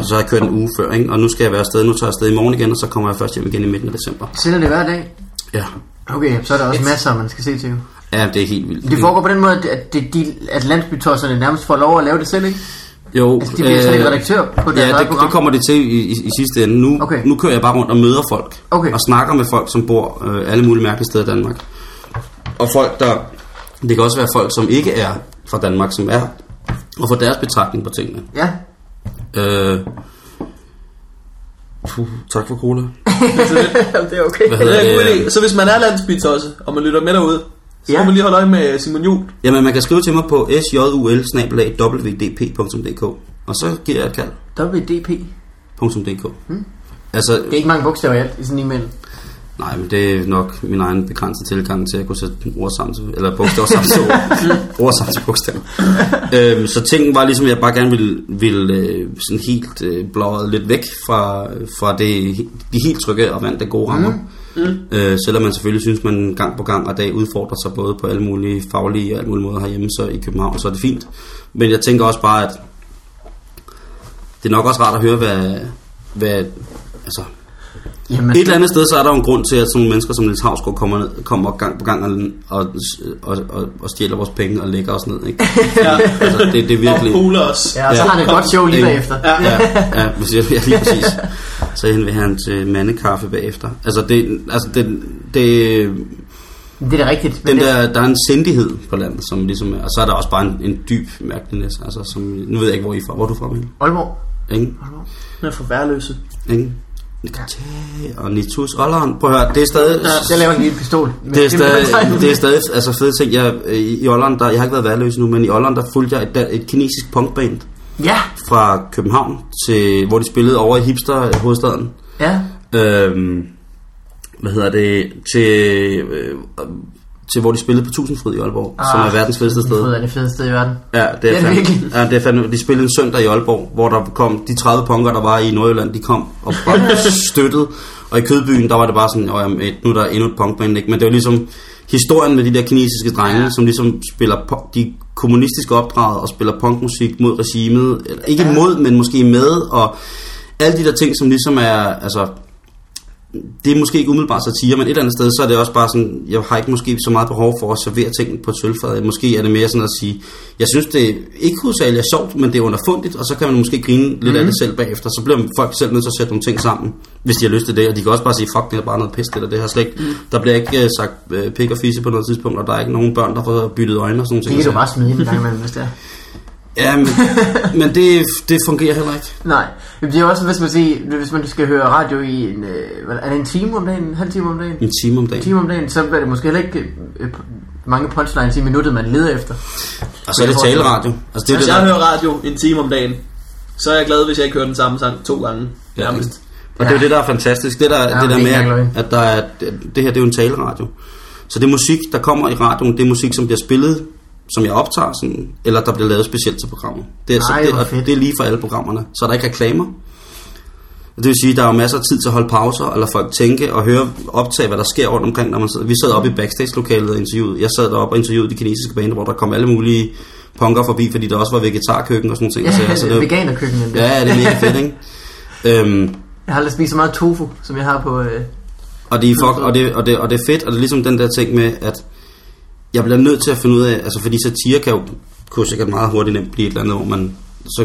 S3: så har jeg kørt en uge før, ikke? og nu skal jeg være afsted, nu tager jeg afsted i morgen igen, og så kommer jeg først hjem igen i midten af december.
S1: Sender det hver dag?
S3: Ja,
S1: Okay, så er der også masser, man skal se til. jo.
S3: ja det er helt vildt.
S1: Det foregår på den måde, at- at, det, de, at landsbytosserne nærmest får lov at lave det selv, ikke?
S3: Jo,
S1: Altså, de bliver slet ikke redaktør på deres
S3: Øh, ja,
S1: eget
S3: det,
S1: program.
S3: det kommer det til i, i, i sidste ende. Nu,
S1: Okay.
S3: okay. nu kører jeg bare rundt og møder folk,
S1: Okay.
S3: og snakker med folk, som bor øh, alle mulige mærkelige steder i Danmark. Og folk, der... Det kan også være folk, som ikke er fra Danmark, som er, og får deres betragtning på tingene.
S1: Ja.
S3: Øh, puh, tak for cola.
S1: det er okay.
S2: Det
S3: Hvad hedder
S2: er en god
S3: det?
S2: idé. Så hvis man er landsbytosse, og man lytter med derude, så
S1: Ja.
S2: ja. må man lige holde øje med Simon Juhl.
S3: Jamen, man kan skrive til mig på sjul wdp.dk og så giver jeg et kald.
S1: WDP.
S3: .dk.
S1: Hmm.
S3: Altså,
S1: Det er ikke mange bogstaver i alt i sådan en e-mail.
S3: Nej, men det er nok min egen begrænsede tilgang til at kunne sætte ord sammen til, eller bogstaver sammen til ord. ord sammen til bogstaver. øhm, så tingen var ligesom, at jeg bare gerne ville, ville øh, sådan helt øh, blåret lidt væk fra, fra det, de helt trygge og vant af gode rammer. Mm. Mm. Øh, selvom man selvfølgelig synes, man gang på gang og dag udfordrer sig både på alle mulige faglige og alle mulige måder herhjemme, så i København, så er det fint. Men jeg tænker også bare, at det er nok også rart at høre, hvad, hvad altså,
S1: Jamen,
S3: et eller andet sted, så er der jo en grund til, at sådan nogle mennesker som Niels Havsgaard kommer, ned, kommer gang på gang og, og, og, og, og stjæler vores penge og lægger os ned. Ikke?
S2: Ja.
S3: altså, det, det er virkelig...
S2: Og puler os.
S1: Ja, og så har
S3: Ja.
S1: han et godt show lige
S3: Ikke?
S1: bagefter.
S2: Ja.
S3: Ja, ja, præcis. ja, lige præcis. Så hen vil han til mandekaffe bagefter. Altså, det, altså det, det,
S1: Det er da rigtigt. Men
S3: den
S1: det,
S3: der, der er en sindighed på landet, som ligesom er, og så er der også bare en, en dyb mærkelighed. Altså, som, nu ved jeg ikke, hvor I er fra. Hvor er du fra, men?
S1: Aalborg.
S3: Ingen?
S2: Den er for værløse.
S3: Ingen? Og Nitus Olleren, prøv at høre, det er stadig...
S1: Jeg laver en lille pistol. med-
S3: Det er stadig,
S1: med-
S3: det er stadig altså fede ting. Jeg, I i Holland, der, jeg har ikke været værløs nu, men i Holland, der fulgte jeg et, dan- et kinesisk punkband
S1: Ja,
S3: fra København, til, hvor de spillede over i hipster øh, hovedstaden.
S1: ja.
S3: Øhm, hvad hedder det? Til, øh, til hvor de spillede på Tusindfryd i Aalborg, ah,
S1: Ah,
S3: som er verdens fedeste sted.
S1: Det er det fedeste sted i verden.
S3: Ja, det
S1: Det
S3: er,
S1: er virkelig.
S3: fandme, ja, det er fandme. De spillede en søndag i Aalborg, hvor der kom de 30 punker, der var i Nordjylland, de kom og bare støttede. Og i Kødbyen, der var det bare sådan, oh, jamen, et- nu er der endnu et punkband, Men det var ligesom historien med de der kinesiske drenge, ja. som ligesom spiller pu- de kommunistiske opdraget og spiller punkmusik mod regimet. Eller, ikke ja. mod, men måske med. Og alle de der ting, som ligesom er, altså, det er måske ikke umiddelbart satire, men et eller andet sted, så er det også bare sådan, jeg har ikke måske så meget behov for at servere tingene på et sølvfad. Måske er det mere sådan at sige, jeg synes det er ikke hovedsageligt er sjovt, men det er underfundigt, og så kan man måske grine lidt mm. af det
S1: Mhm.
S3: selv bagefter. Så bliver folk selv nødt til at sætte nogle ting sammen, hvis de har lyst til det. Og de kan også bare sige, fuck, det er bare noget pis, det der, det her slet ikke.
S1: Mhm.
S3: Mm. Der bliver ikke uh, sagt uh, pik og fisse på noget tidspunkt, og der er ikke nogen børn, der får byttet øjne og sådan
S1: Det
S3: noget.
S1: kan du bare smide ind en gang imellem, hvis det er.
S3: Ja, men, men det, det fungerer heller ikke.
S1: Nej, Jamen, det er også, hvis man, siger, hvis man skal høre radio i en, øh, hvad- er det en time om dagen, en halv time om dagen?
S3: En time om dagen.
S1: En time om dagen, så er det måske heller ikke øh, mange punchlines i minuttet, man leder efter.
S3: Og så er det taleradio. Altså, det er
S2: Hvis
S3: det, der-
S2: jeg hører radio en time om dagen, så er jeg glad, hvis jeg ikke hører den samme sang to gange. Nærmest.
S3: Og det er jo det, der er fantastisk. Det der, ja, det
S1: det
S3: der
S1: er
S3: med,
S1: ikke engang løgn.
S3: at, at der er, det her det er jo en taleradio. Så det musik, der kommer i radioen, det er musik, som bliver spillet, som jeg optager, sådan, eller der bliver lavet specielt til programmet. Det er,
S1: Ej,
S3: så, det,
S1: hvor
S3: og
S1: fedt.
S3: det er lige for alle programmerne. Så er der ikke reklamer. Det vil sige, at der er jo masser af tid til at holde pauser, og lade folk tænke og høre, optage, hvad der sker rundt omkring. Når man sidder. Vi sad oppe i backstage-lokalet og interviewede. Jeg sad deroppe og interviewede de kinesiske baner, hvor der kom alle mulige punker forbi, fordi der også var vegetarkøkken og sådan nogle ting.
S1: Ja,
S3: og sager, så det, var-
S1: veganerkøkken. nemlig.
S3: ja, det er mega fedt, ikke? Øhm,
S1: Jeg har aldrig spist så meget tofu, som jeg har på... Øh,
S3: Og det, er fuck, og, det, og, det, og det er fedt, og det er ligesom den der ting med, at jeg bliver nødt til at finde ud af, altså fordi satire kan jo kunne sikkert meget hurtigt nemt blive et eller andet, hvor man, så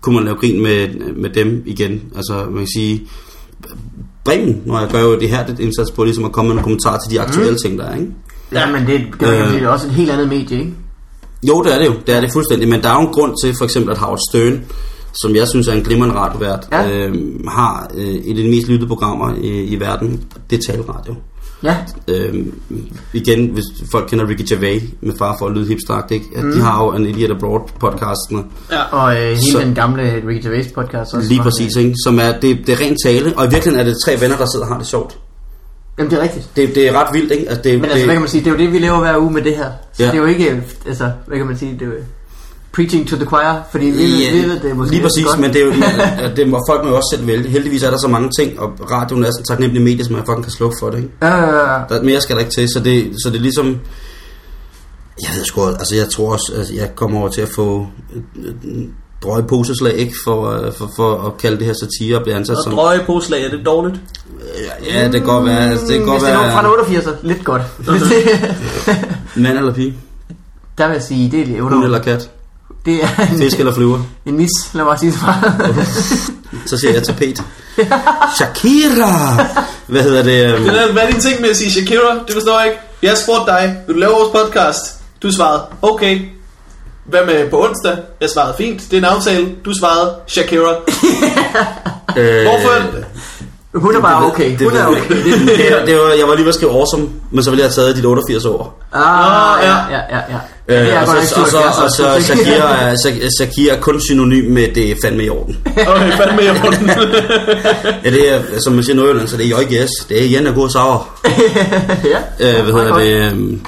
S3: kunne man lave grin med, med dem igen. Altså man kan sige, Bremen, når jeg gør jo det her det indsats på ligesom at komme med nogle kommentarer til de aktuelle mm. ting, der er, ikke?
S1: ja, men det, det,
S3: Øh.
S1: det, det er også et helt andet medie, ikke?
S3: Jo, det er det jo. Det er det fuldstændig. Men der er jo en grund til, for eksempel, at Howard Stern, som jeg synes er en glimrende radiovært,
S1: Ja.
S3: øh, har øh, et af de mest lyttede programmer i, i verden. Det er talradio.
S1: Ja,
S3: øh, igen, hvis folk kender Ricky Gervais med far for at lyde hipstagt, ikke? At mm. de har jo en Idiot Abroad podcasten
S2: Ja.
S1: og øh, hele
S3: Så-
S1: den gamle Ricky Gervais podcast også.
S3: lige
S1: var-
S3: præcis, ikke? Som er, det, det er rent tale, og i virkeligheden er det tre venner, der sidder og har det sjovt.
S1: Jamen, det er rigtigt.
S3: Det, det er ret vildt, ikke? Altså, det,
S1: Men altså,
S3: det,
S1: hvad kan man sige, det er jo det, vi lever hver uge med det her. Så
S3: Ja.
S1: det er jo ikke, altså, hvad kan man sige, det er jo preaching to the choir, fordi vi,
S3: Ja,
S1: vi ved, det er måske
S3: lige
S1: ikke
S3: præcis,
S1: så godt.
S3: men det, er jo, men, øh, det må, folk må jo også selv vælge. Heldigvis er der så mange ting, og radioen er sådan et taknemmeligt medie, som man fucking kan slukke for det, ikke?
S1: Ja, ja, ja, ja.
S3: Der, mere skal der ikke til, så det, så det er ligesom... Jeg ved sgu, altså jeg tror også, altså, jeg kommer over til at få øh, øh, drøje poseslag, ikke? For, øh, for, for at kalde det her satire og blive ansat
S2: Og
S3: som...
S2: drøje påslag, er det dårligt?
S3: Ja, det kan godt være, altså, det kan godt
S1: Hvis det er nogen fra en
S3: være
S1: 88, er lidt godt.
S3: mand eller pige,
S1: der vil jeg sige, det er lidt
S3: hund
S1: under.
S3: eller kat,
S1: Det er
S3: fisk
S1: en,
S3: eller flyver.
S1: en mis, lad mig sige det bare.
S3: Så siger jeg tapet. Shakira! Hvad hedder det? øhm,
S2: Det der, hvad er din ting med at sige Shakira? Det forstår jeg ikke. Jeg spurgte dig, vil du lave vores podcast? Du svarede, okay. Hvad med på onsdag? Jeg svarede, fint. Det er en aftale. Du svarede, Shakira.
S3: øh,
S2: Hvorfor?
S1: Hun er bare okay.
S3: Det, ved
S1: Hun er
S3: jeg
S1: okay.
S3: ikke. det, var- det var, jeg var lige ved at skrive awesome, men så ville jeg have taget dit 88 år.
S1: Ah, ja, ja, ja, ja.
S3: Øh,
S1: Det er
S3: og,
S1: godt
S3: så, og,
S1: nok
S3: så,
S1: 77,
S3: og så
S1: altså.
S3: Shakira, er, Sha- Shakira er kun synonym med det er fandme i orden.
S2: Okay, fandme jeg på den.
S3: Ja, det er, som man siger i Nordjylland, så det er JGS. Det er Jan og God Sauer.
S1: ja.
S3: Øh, hvad hedder
S1: godt.
S3: det? øhm,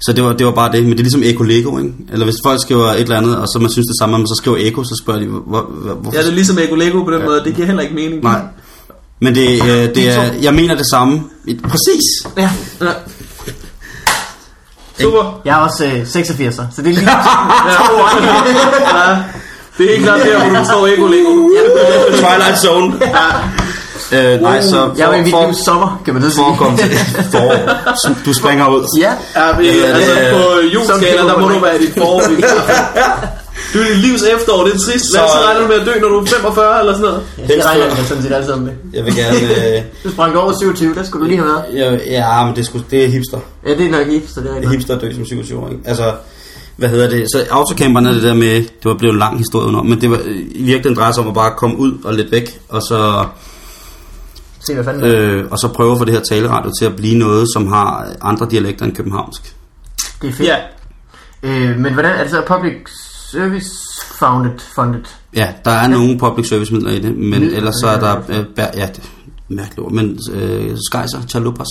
S3: Så det var, det var bare det, men det er ligesom Eko Lego, ikke? Eller hvis folk skriver et eller andet, og så man synes det samme, men så skriver Eko, så spørger de, hvor, hvor, hvorfor
S2: Ja, det er ligesom Ego Lego på den måde. Det giver heller ikke mening.
S3: Nej. Men det,
S1: Ah,
S3: øh, det er, jeg mener det samme. Præcis.
S1: Ja.
S2: Ja. Super.
S1: Jeg er også øh, 86, så det er lige...
S2: Ja. Det er helt klart der, hvor du forstår Ego Lego.
S3: Twilight Zone. øh, nej, så for,
S1: Jeg er i mit
S3: for,
S1: livs sommer, kan man så sige.
S3: for at komme til forår, som du springer ud.
S1: Ja,
S2: Ja, vi,
S3: Hvad hedder
S2: altså
S3: det?
S2: på juleskala, der må du være i dit forår. vi- Du er dit livs efterår, det er trist. Hvad
S3: Så-
S2: så regner du med at dø, når du er 45 eller sådan noget?
S1: det regner jeg sådan set altid med.
S3: Jeg vil gerne... Øh,
S1: Du sprang over 27, der skulle du lige have været.
S3: jeg, ja, ah, men det er, sgu, det er hipster.
S1: Ja, det er nok ikke, så det er
S3: Det er
S1: rigtigt.
S3: hipster at dø som 27 år, ikke? Altså, hvad hedder det? Så autocamperne er det der med, det var blevet en lang historie udenom, men det var øh, i virkeligheden drejer sig om at bare komme ud og lidt væk, og så
S1: Se, hvad fanden øh.
S3: Øh, og så prøver for det her taleradio til at blive noget, som har andre dialekter end københavnsk.
S1: Det er fedt.
S2: Ja.
S1: Øh, men hvordan er det så public service founded funded?
S3: Ja, der er nogle public service midler i det, men
S1: Midler,
S3: ellers så er
S1: ja.
S3: der... Øh, bær, ja, det er et mærkeligt ord, men øh, Skyser, Chalupas,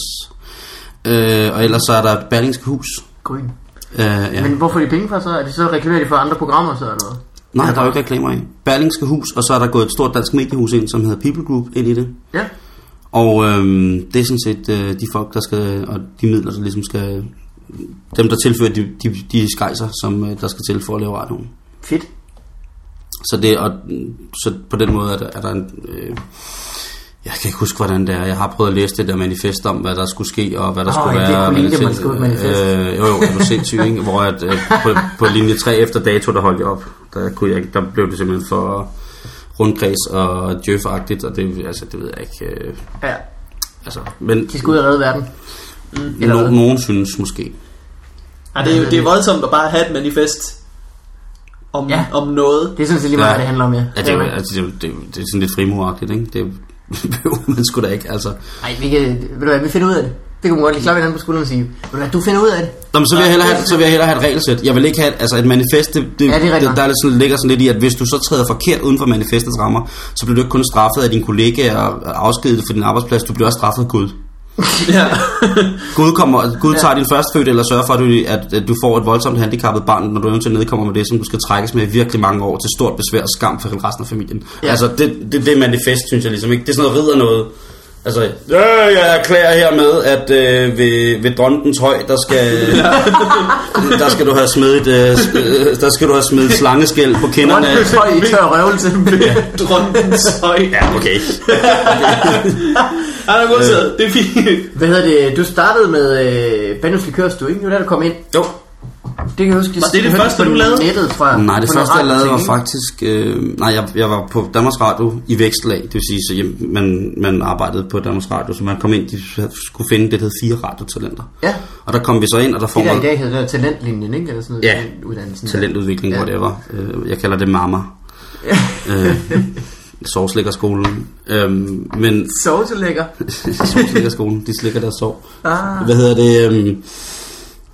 S3: Øh, og ellers så er der Berlingske Hus.
S1: Grøn.
S3: Øh, ja.
S1: Ja. Men hvor får de penge fra så? Er det så reklamerer de for andre programmer så eller hvad?
S3: Nej, der er jo ikke reklamer i. Berlingske Hus, og så er der gået et stort dansk mediehus ind, som hedder People Group, ind i det.
S1: Ja.
S3: Og øhm, det er sådan set øh, de folk, der skal, og de midler, der ligesom skal, dem der tilfører de, de, de skejser, som øh, der skal til for at lave radioen.
S1: Fedt.
S3: Så, det, og, mm, så på den måde er der, er der en, øh, jeg kan ikke huske, hvordan det er. Jeg har prøvet at læse det der manifest om, hvad der skulle ske, og hvad der
S1: Åh,
S3: skulle
S1: ja, det er
S3: være. og hvad
S1: kollega, man
S3: til-
S1: skulle have et manifest.
S3: Øh, jo, jo, er du sindssyg, ikke? Hvor at, øh, på, på, linje 3 efter dato, der holdt jeg op. Der, kunne jeg, ikke- der blev det simpelthen for rundkreds og djøfagtigt, og det, altså, det ved jeg ikke. Øh,
S1: Ja.
S3: altså, men
S1: De skal ud og redde verden. Mm. Eller
S3: no,
S1: hvad?
S3: nogen synes måske.
S2: Ej, Ah,
S1: Altså,
S2: det, er, det er voldsomt at bare have et manifest om,
S1: Ja.
S2: ja. om noget.
S1: Det er sådan set lige meget,
S3: Ja.
S1: hvad det handler om, ja.
S3: Ja, det, er, jo-
S1: men-
S3: altså, det, er, jo- det, er, jo- det er sådan lidt frimuragtigt, ikke? Det behøver man sgu da ikke, altså.
S1: Ej, vi kan, ved du hvad, vi finder ud af det. Det kunne man godt lige klappe hinanden på skulderen og sige, ved du hvad, du finder ud af det.
S3: Nå, men så vil, jeg hellere have, så vil jeg hellere have et regelsæt. Jeg vil ikke have, et- altså et manifest, det, det,
S1: Ja, det er
S3: ja,
S1: rigtigt
S3: det,
S1: nok.
S3: der er lidt sådan, ligger sådan lidt i, at hvis du så træder forkert uden for manifestets rammer, så bliver du ikke kun straffet af dine kollegaer og afskediget fra din arbejdsplads, du bliver også straffet af Gud.
S2: Ja.
S3: Gud, kommer, Gud tager din førstfødte eller sørger for, at du, at, at du får et voldsomt handicappet barn, når du eventuelt nedkommer med det, som du skal trækkes med i virkelig mange år til stort besvær og skam for resten af familien.
S1: Ja.
S3: Ja. Altså, det, det, det manifest, synes jeg ligesom ikke. Det er sådan noget ridder noget. Altså, øh, jeg erklærer hermed, at øh, ved, ved drondens høj, der skal, der skal du have smidt, øh, s- øh, der skal du have smidt slangeskæld på kinderne.
S1: Hvordan får I tør røvelse?
S2: Drømmen søj. Ja.
S3: Ja, okay.
S2: Ej, det er godt øh. Det er fint.
S1: Hvad hedder det? Du startede med øh, Bandus Likørs, du ikke? Det var der, du kom ind.
S3: Jo.
S1: Det kan jeg huske.
S2: Var det det
S1: hørte
S2: første,
S1: på
S2: du lavede?
S1: Nettet fra,
S3: Nej, Ah, det
S1: på noget
S3: første, jeg lavede, var
S1: radioting, ikke?
S3: faktisk... Øh, nej, jeg, jeg var på Danmarks Radio i vækstlag. Det vil sige, så hjem, man, man arbejdede på Danmarks Radio, så man kom ind, de skulle finde det, der hed fire radiotalenter.
S1: Ja.
S3: Og der kom vi så ind, og der får
S1: Det der i
S3: man
S1: dag hedder talentlinjen, ikke? Eller sådan noget.
S3: Ja.
S1: Uddannelsen.
S3: talentudvikling,
S1: Ja.
S3: ja. whatever. Øh, jeg kalder det mamma. øh, sovslækkerskolen. Øh, men
S1: Sovs er lækker.
S3: sovslækkerskolen, de slikker deres sov.
S1: Ah.
S3: Hvad hedder det? øhm,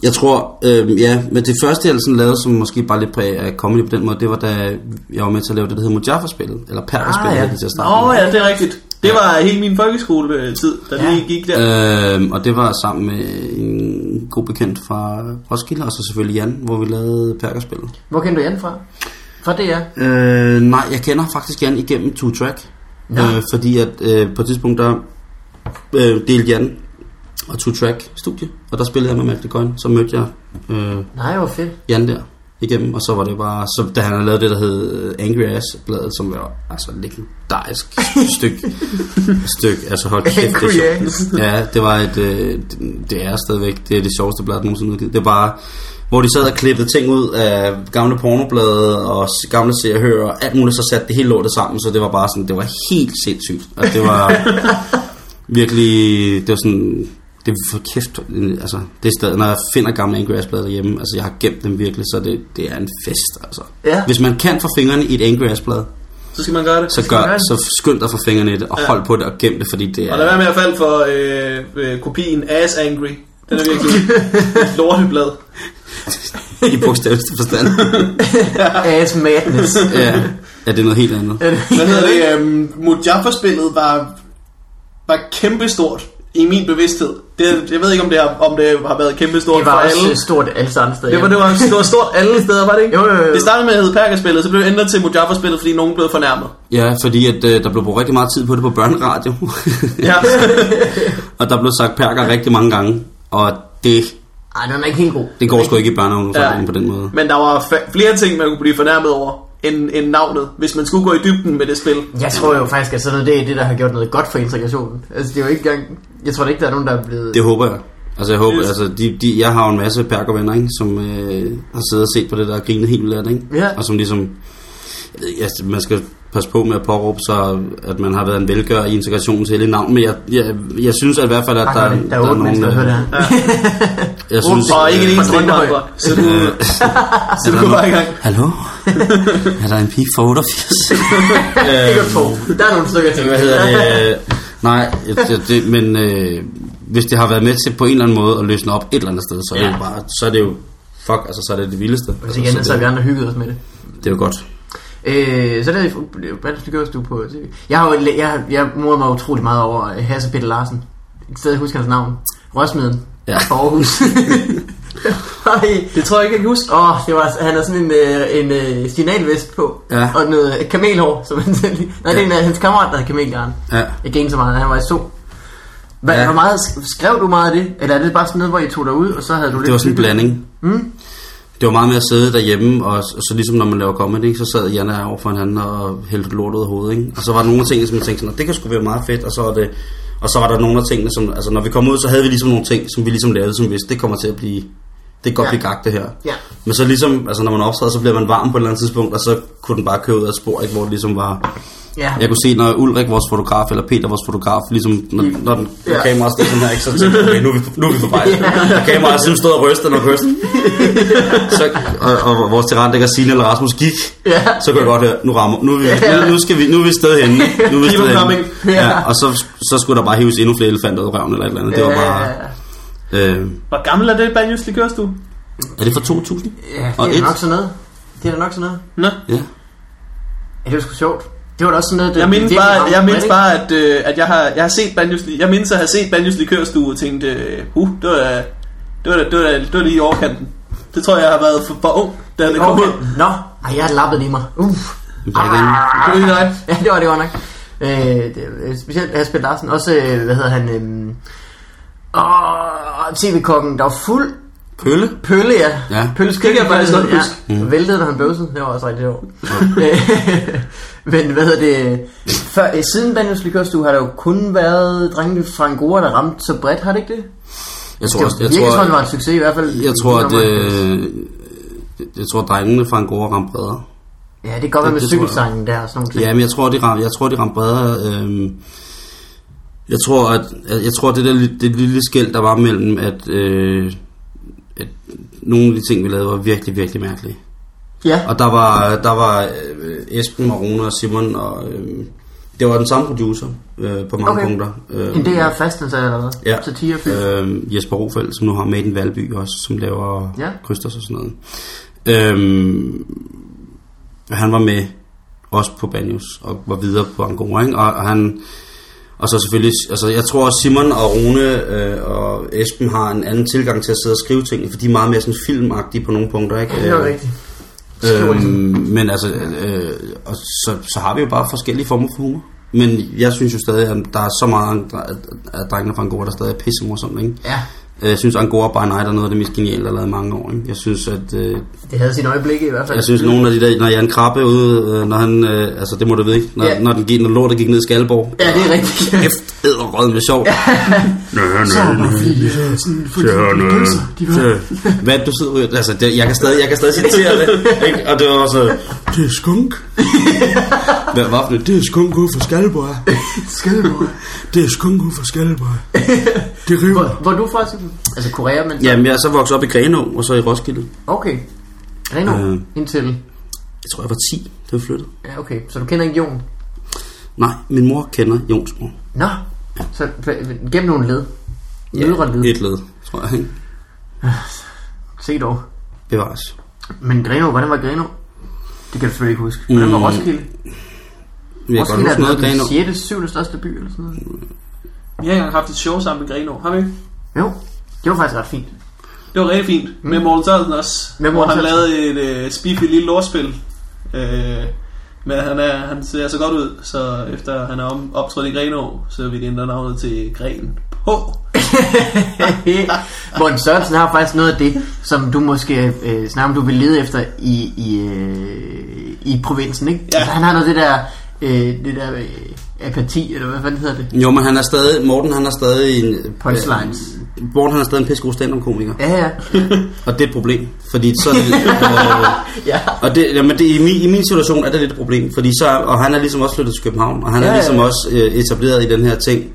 S3: Jeg tror, øhm, ja, men det første, jeg sådan lavede, som måske bare lidt præg af comedy på den måde, det var, da jeg var med til at lave det, der hedder Mujaffa-spillet, eller Perker-spillet,
S1: Ah, ja.
S3: ah, ja. til at starte
S2: Åh oh,
S3: med.
S2: ja, det er rigtigt. Det var hele min folkeskoletid, der
S1: Ja.
S2: ja. lige gik der.
S3: Øhm, og det var sammen med en god bekendt fra Roskilde, og så selvfølgelig Jan, hvor vi lavede Perkerspillet.
S1: Hvor kender du Jan fra? Fra DR?
S3: Øh, nej, jeg kender faktisk Jan igennem Two Track.
S1: Nå.
S3: Øh, fordi at øh, på et tidspunkt, der øh, delte Jan og Two Track studie, og der spillede jeg med Malte Coyne. Så mødte jeg øh,
S1: Nej, hvor fedt.
S3: Jan der igennem, og så var det bare, så da han havde lavet det, der hed øh, Angry Ass-bladet, som var altså et legendarisk stykke, stykke, altså hold kæft, det er
S1: Angry
S3: sjovt.
S1: Ass.
S3: Ja, det var et, øh, det- det er stadigvæk, det er det sjoveste blad, der nogensinde er udgivet. Det var, hvor de sad og klippede ting ud af gamle pornoblade og s- gamle serier hører, og alt muligt, så satte det hele lortet sammen, så det var bare sådan, det var helt sindssygt, og det var virkelig, det var sådan, det er for kæft, øh, altså, det er stadig, når jeg finder gamle Angry Ass blade derhjemme, altså, jeg har gemt dem virkelig, så det, det er en fest, altså.
S1: Ja.
S3: Hvis man kan få fingrene i et Angry Ass blad,
S2: Så skal man gøre det.
S3: så,
S1: man gøre
S3: gør,
S1: det.
S3: så skynd dig for fingrene i det, og hold på det og gem det, fordi det
S2: Og lad
S3: er...
S2: være med at falde for øh, øh, kopien Ass Angry. Den er virkelig et lorteblad.
S3: I bogstaveste forstand.
S1: Ass madness.
S3: ja. ja, det er noget helt andet.
S1: Er det-
S2: Hvad hedder det? Um, Mujaffa-spillet var, var kæmpestort i min bevidsthed. Det, jeg ved ikke, om det har, om det har været kæmpestort
S1: Det var
S2: for
S1: også
S2: alle.
S1: øh, stort alle andre steder.
S2: Det var, det, var, det var stort alle steder, var det ikke?
S1: Jo, jo, jo.
S2: Det startede med at hedde Perkerspillet, så blev det ændret til Mujaffa-spillet, fordi nogen blev fornærmet.
S3: Ja, fordi at, øh, der blev brugt rigtig meget tid på det på børneradio,
S2: Ja.
S3: og der blev sagt perker rigtig mange gange, og det,
S1: Ej, den er ikke helt god.
S3: det går sgu ikke i børneunderholdningen
S2: Ja.
S3: ja. på den måde.
S2: Men der var fa- flere ting, man kunne blive fornærmet over, end, end navnet, hvis man skulle gå i dybden med det spil.
S1: Jeg tror jo faktisk, at sådan noget, det er det, der har gjort noget godt for integrationen. Altså, det er jo ikke engang... Jeg tror da ikke, der er nogen, der er blevet...
S3: Det håber jeg. Altså, jeg håber,
S2: Yes.
S3: altså, de, de, jeg har jo en masse perkervenner, ikke, som øh, har siddet og set på det der og grinet helt vildt af det, ikke?
S1: Ja.
S3: Og som ligesom, jeg ved ikke, altså, man skal passe på med at påråbe sig, at man har været en velgør i integrationens hele navn, men jeg, jeg, jeg synes at i hvert fald, at
S1: Ej,
S3: der,
S1: Ah,
S3: øh,
S1: der, der, er otte mennesker, der hører det her.
S3: jeg synes,
S2: Og ikke
S3: øh,
S2: en eneste
S1: Fra
S2: indvandrer.
S1: Drøndehøj.
S2: Så du, så du
S3: der
S2: går
S3: nogen-
S2: bare i gang.
S3: Hallo? er der en pige for 88?
S1: Det er to. Der er nogle stykker til.
S3: Hvad hedder det? øh, Nej, det, det, men øh, hvis det har været med til på en eller anden måde at løsne op et eller andet sted, så er, ja.
S1: Ja.
S3: det, jo bare, så er det jo fuck, altså så er det det vildeste.
S1: Hvis
S3: Altså,
S1: igen, så
S3: så
S1: har vi
S3: det,
S1: andre hygget os med det.
S3: det er jo godt.
S1: Øh, så er det hvad skal gøres du på tv? Jeg, har jo, jeg, jeg morer mig utrolig meget over øh, Hasse Peter Larsen. Et sted, jeg husker hans navn. Røsmeden.
S3: Ja.
S1: fra Aarhus. Ej.
S2: Det tror jeg ikke, jeg kan huske.
S1: Åh, oh, det var, han har sådan en, øh, en øh, signalvest på,
S3: Ja.
S1: og noget øh, kamelhår, som han selv lige- Nej, det er en af hans kammerat, der havde kamelhjern.
S3: Ja.
S1: Jeg gik så meget, han var i så. Hvad,
S3: Ja.
S1: ja. hvor meget, skrev du meget af det? Eller er det bare sådan noget, hvor I tog dig ud, og så havde du lidt...
S3: Det var sådan en blanding.
S1: Mm.
S3: Det var meget med at sidde derhjemme, og så, så ligesom når man laver comedy, ikke, så sad Jan og jeg over for hinanden og hældte lort ud af hovedet. Ikke? Og så var der nogle af tingene, som jeg tænkte sådan, "Nå, det kan sgu være meget fedt, og så var det... Og så var der nogle af tingene, som... Altså, når vi kom ud, så havde vi ligesom nogle ting, som vi ligesom lavede, som vi vidste, det kommer til at blive... Det kan godt
S1: Ja.
S3: blive gagt, det her.
S1: Ja.
S3: Men så ligesom, altså når man optræder, så bliver man varm på et eller andet tidspunkt, og så kunne den bare køre ud af et spor, ikke, hvor det ligesom var...
S1: Ja.
S3: Jeg kunne se, når Ulrik, vores fotograf, eller Peter, vores fotograf, ligesom, når, når den ja.
S1: Mm. Ja.
S3: kamera stod sådan her, ikke, så tænkte jeg, okay, nu er vi, nu er vi på vej. Når kameraet simpelthen stod og rystede, og rystede. Så, og, og, vores terrandækker Signe eller Rasmus gik,
S1: Ja.
S3: så kunne jeg godt høre, nu rammer, nu er vi, nu, nu skal vi, nu er vi et sted henne. Nu er vi et
S2: Keep
S3: sted
S2: them
S3: henne.
S2: coming.
S3: Ja, og så, så skulle der bare hives endnu flere elefanter ud af røven eller et eller andet. Det var bare... Øh,
S2: Hvor gammel er det banjus likørstue?
S3: er det fra 2000?
S1: Ja,
S3: Og
S1: det er
S3: et.
S1: da nok sådan noget. Det er da nok sådan noget.
S2: Nå.
S3: Ja.
S1: Ja, det var sgu sjovt. Det var da også sådan noget... Det,
S2: Jeg mindes
S1: det,
S2: bare, jeg mindes bare at, øh, at jeg, har, jeg har set banjus, jeg mindes at have set banjus likørstue og tænkte, øh, uh, det var da, det var da, det var da, det var lige i overkanten. Det tror jeg, jeg har været for, for ung, da det kom ud.
S1: Okay. Nå, ej, jeg har lappet lige mig. Uff.
S3: Det er det.
S2: Det er dig.
S1: Ja, det var det godt nok. Øh, det, øh, specielt Asbjørn Larsen. Også, øh, hvad hedder han? Øh, åh, TV-kokken, der var fuld.
S3: Pølle?
S1: Pølle, ja.
S3: Ja.
S1: Pølle
S2: Det kan jeg faktisk godt huske.
S1: Mm. Væltede, når han bøvsede. Det var også rigtig sjovt. Øh, Men hvad hedder det? Før, øh, siden Banjos Likørstue har der jo kun været drengene fra Angora, der ramte så bredt, har det ikke det?
S3: Jeg tror
S1: Det
S3: også,
S1: var
S3: jeg
S1: virkelig
S3: tror,
S1: sådan, det var en succes i hvert fald.
S3: jeg tror, at
S1: det...
S3: øh, jeg tror, drengene fra Angora ramte bredere.
S1: Ja, det kan godt være med
S3: det tror jeg.
S1: cykelsangen der og sådan nogle ting.
S3: Ja, men jeg tror, de ramte, jeg tror, de ramte bredere. Øh, jeg tror, at jeg, jeg tror, det der li- det lille skæld, der var mellem, at, øh, at nogle af de ting, vi lavede, var virkelig, virkelig mærkelige.
S1: Ja.
S3: Og der var, der var øh, Esben, Marone og Simon, og øh, det var den samme producer øh, på mange
S1: Okay.
S3: punkter. Øh,
S1: En DR fastansat eller hvad? Altså,
S3: Ja.
S1: Satire
S3: øh, Jesper Rofeldt, som nu har med i Valby også, som laver ja.
S1: Ja.
S3: krysters og sådan noget. Øhm, han var med også på Banjos og var videre på Angora, ikke? Og, og han... Og så selvfølgelig, altså jeg tror også Simon og Rune øh, og Esben har en anden tilgang til at sidde og skrive ting, for de er meget mere sådan filmagtige på nogle punkter, ikke?
S1: Det var
S3: Øh,
S1: rigtigt.
S3: Øhm, men altså, øh, og så, så har vi jo bare forskellige former for humor. Men jeg synes jo stadig, at der er så meget af- af drengene fra Angora, der stadig er pisse morsomt, ikke?
S1: Ja,
S3: Øh, Jeg synes, Angora by Night er noget af det mest geniale, der er lavet i mange år. Ikke? Jeg synes, at... Øh,
S1: det havde sin øjeblik i hvert fald.
S3: jeg synes, nogle af de der... Når Jan Krabbe er ude, øh, når han... Øh, altså, det må du vide, ikke? Når,
S1: Ja.
S3: når, den, gik- når lortet gik ned i Skalborg.
S1: Ja, det er rigtigt.
S3: Kæft, æderrød med sjov. Hvad er det, du sidder ud? Altså, det, jeg, kan stadig, jeg kan stadig citere det. Ikke? Og det var også... Det er skunk. Hvad var det? Det er skunk ude fra Skalborg.
S1: Skidebord.
S3: Det er skunk ude fra Skalborg. Det river.
S1: Hvor er du fra, Simon? Altså Korea, men...
S3: Jamen, jeg er så vokset op i Grenå, og så i Roskilde.
S1: Okay. Reno,
S3: Øh.
S1: indtil...
S3: Jeg tror, jeg var 10, da jeg flyttede.
S1: Ja, okay. Så du kender ikke Jon?
S3: Nej, min mor kender Jons mor.
S1: Nå. Så h- gennem nogle led. Mødre led.
S3: Et led, tror jeg. ikke?
S1: Se dog.
S3: Bevares.
S1: Men Greno, hvordan var Greno? Det kan du selvfølgelig ikke huske. Hvordan var
S3: Mm,
S1: Roskilde?
S3: Vi har godt
S1: Roskilde er
S3: huske noget,
S1: den
S3: Greno.
S1: 6. 7. største by eller sådan noget.
S2: Vi har engang haft et show sammen med Grenaa, har vi ikke?
S1: Jo, det var faktisk ret fint.
S2: Det var rigtig fint. Med Morten Tørlsen også.
S1: Mm. Med
S2: Med
S1: Morten
S2: Morten hvor han
S1: Thorsen.
S2: lavede et øh, spiffigt lille lortspil. Øh, men han, er, han ser så godt ud, så efter han er om, optrådt i Grenå, så vil de ændre navnet til Gren på.
S1: Morten Sørensen har faktisk noget af det, som du måske øh, snart om du vil lede efter i, i, øh, i provinsen, ikke?
S2: Ja.
S1: Altså, han har noget af det der, øh, det der øh, apati, eller hvad fanden hedder det?
S3: Jo, men han er stadig, Morten han er stadig en...
S1: Punchlines.
S3: Øh, Morten han er stadig en pissegod stand-up-komiker.
S1: Ja, ja.
S3: Og det er et problem, fordi så er det, øh,
S1: ja.
S3: og det, jamen det, i, min, i min situation er det lidt et problem, fordi så, og han er ligesom også flyttet til København, og han er
S1: Ja, ja,
S3: ligesom
S1: ja.
S3: også øh, etableret i den her ting.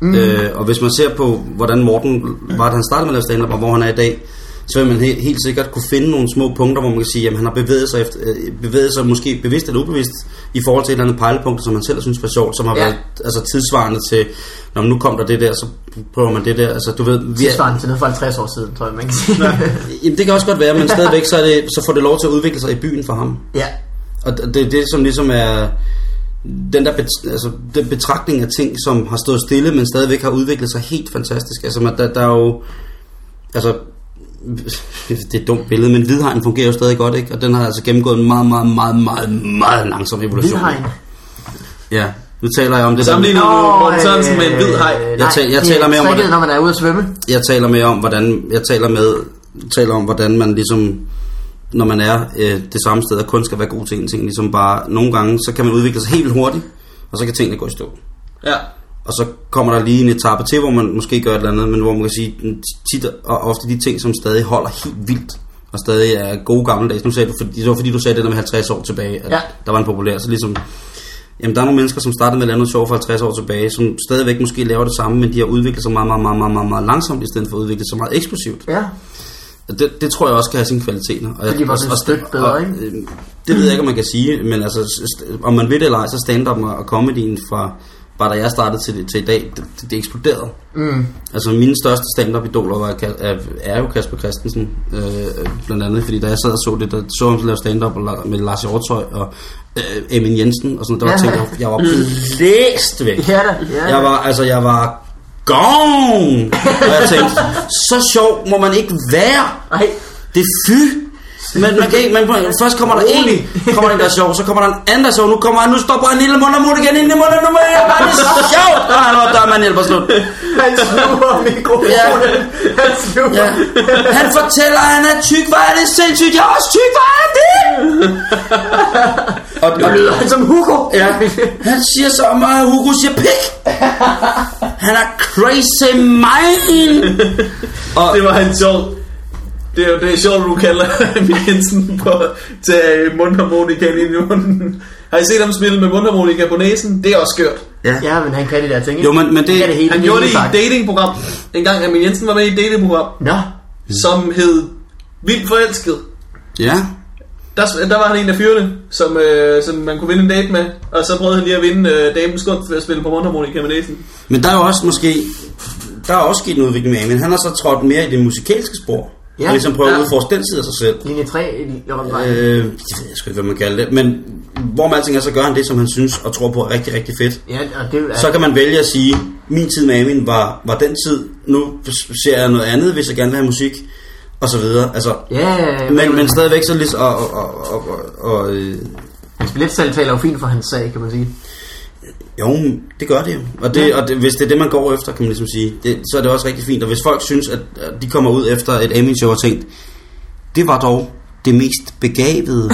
S3: Mm. Øh, og hvis man ser på, hvordan Morten var, da han startede med at lave stand-up, og hvor han er i dag, så vil man he- helt sikkert kunne finde nogle små punkter, hvor man kan sige, at han har bevæget sig, efter, øh, bevæget sig måske bevidst eller ubevidst i forhold til et eller andet pejlepunkt, som han selv synes var sjovt, som har
S1: Ja.
S3: ja. været altså, tidsvarende til, når nu kom der det der, så prøver man det der. Altså, du ved, vi er,
S1: Tilsvarende til noget for 50 år siden, tror jeg, man kan sige.
S3: Jamen, det kan også godt være, men stadigvæk så, er det, så får det lov til at udvikle sig i byen for ham.
S1: ja.
S3: Og det det er det, som ligesom er den der bet, altså, den betragtning af ting, som har stået stille, men stadigvæk har udviklet sig helt fantastisk. Altså, man, der, der er jo altså, det er et dumt billede, men hvidhajen fungerer jo stadig godt, ikke? Og den har altså gennemgået en meget, meget, meget, meget, meget langsom evolution.
S1: Hvidhegn.
S3: Ja, nu taler jeg om det der...
S2: Sammenligner du Morten Sørensen med en hvid hej?
S1: Jeg,
S3: tæ- jeg
S1: øh, det
S3: taler
S1: er
S3: mere om,
S1: tricket,
S3: hvordan-
S1: når man er ude at svømme.
S3: Jeg taler med om, hvordan, jeg taler med, taler om, hvordan man ligesom, når man er øh, det samme sted, og kun skal være god til en ting, ligesom bare, nogle gange, så kan man udvikle sig helt vildt hurtigt, og så kan tingene gå i stå.
S2: Ja.
S3: Og så kommer der lige en etape til, hvor man måske gør et eller andet, men hvor man kan sige, mm, tit og ofte de ting, som stadig holder helt vildt, og stadig er gode gammeldags. Nu sagde du, fordi, det var fordi, du sagde det der med 50 år tilbage, at
S1: Ja.
S3: ja. der var en populær, så ligesom, jamen der er nogle mennesker, som startede med at lave noget sjovt for 50 år tilbage, som stadigvæk måske laver det samme, men de har udviklet sig meget, meget, meget, meget, meget, meget langsomt, i stedet for at udvikle sig meget eksplosivt.
S1: Ja.
S3: Og Det, det tror jeg også kan have sine kvaliteter. Og jeg,
S1: Fordi de var blevet et stykke bedre, ikke?
S3: øh, Det ved jeg ikke, om man kan sige, men altså, s- s- om man ved det eller ej, så stand-up og og comedyen fra bare da jeg startede til, til i dag, det, det, det eksploderede.
S1: Mm.
S3: Altså mine største stand-up-idoler var, Ka- er, er jo Kasper Christensen, øh, øh, blandt andet, fordi da jeg sad og så det, der så ham lave stand-up og la- med Lars Hjortøj og øh, Emin Jensen og sådan noget, der var
S1: Ja.
S3: ja. ting, jeg, jeg var blæst væk.
S1: Ja da. Ja,
S3: Jeg var, altså, jeg var gone! Og jeg tænkte, så sjov må man ikke være!
S1: Ej.
S3: Det er fy. Men man kan ikke, man, først kommer der en, kommer der en, der er sjov, så kommer der en anden, der er sjov, nu kommer han, nu stopper han lille mund og mund igen, ind i munden, nu er jeg bare, det er så sjovt, og han var dørmand hjælper slut.
S1: Han sluger mikrofonen.
S3: Ja.
S1: Han sluger.
S3: Ja. Han fortæller, at han er tyk, hvor er det sindssygt, jeg er også tyk, hvor er det? Og, og,
S1: Han som Hugo.
S3: ja, han siger så meget, Hugo siger pik. Han er crazy mind. Og,
S2: Det var en sjov... Det er jo det er sjovt, du kalder Emil Jensen på at tage mundharmonikaen ind i munden. Har I set ham spille med mundharmonika på næsen? Det er også skørt.
S1: Ja, men han kan det der ting. ikke?
S3: Jo, men- men det-
S1: kan hele
S2: Han gjorde det i
S1: livet,
S2: et
S1: faktisk.
S2: datingprogram. En gang Emil Jensen var med i et datingprogram,
S1: Nå. Mm.
S2: som hed Vildt Forelsket.
S3: ja,
S2: Der, der var han en af fyrene, som, øh, som man kunne vinde en date med, og så prøvede han lige at vinde øh, damens gunst ved at spille på mundharmonika med næsen.
S3: men der er jo også måske, der er også sket en udvikling med Amin. Han har så trådt mere i det musikalske spor.
S1: Ja.
S3: Ja. Og ligesom prøvet
S2: Ja.
S3: at udforske den side af sig selv.
S1: Linje 3. Øh.
S3: Øh, jeg ved sgu ikke, hvad man kalder det. Men hvor man alting er, så gør han det, som han synes og tror på er rigtig, rigtig fedt.
S1: Ja, og det er...
S3: Så kan man vælge at sige, min tid med Amin var, var den tid. Nu ser jeg noget andet, hvis jeg gerne vil have musik. Og så videre. Altså,
S1: Ja,
S3: men, men stadigvæk så lige... Og, og, og, og, og, og, øh,
S1: Hans billetsalg taler jo fint for hans sag, kan man sige.
S3: Jo, det gør det jo. Og, det, og det, hvis det er det, man går efter, kan man ligesom sige, det, så er det også rigtig fint. Og hvis folk synes, at at de kommer ud efter et Amin-show og tænkt, det var dog det mest begavede,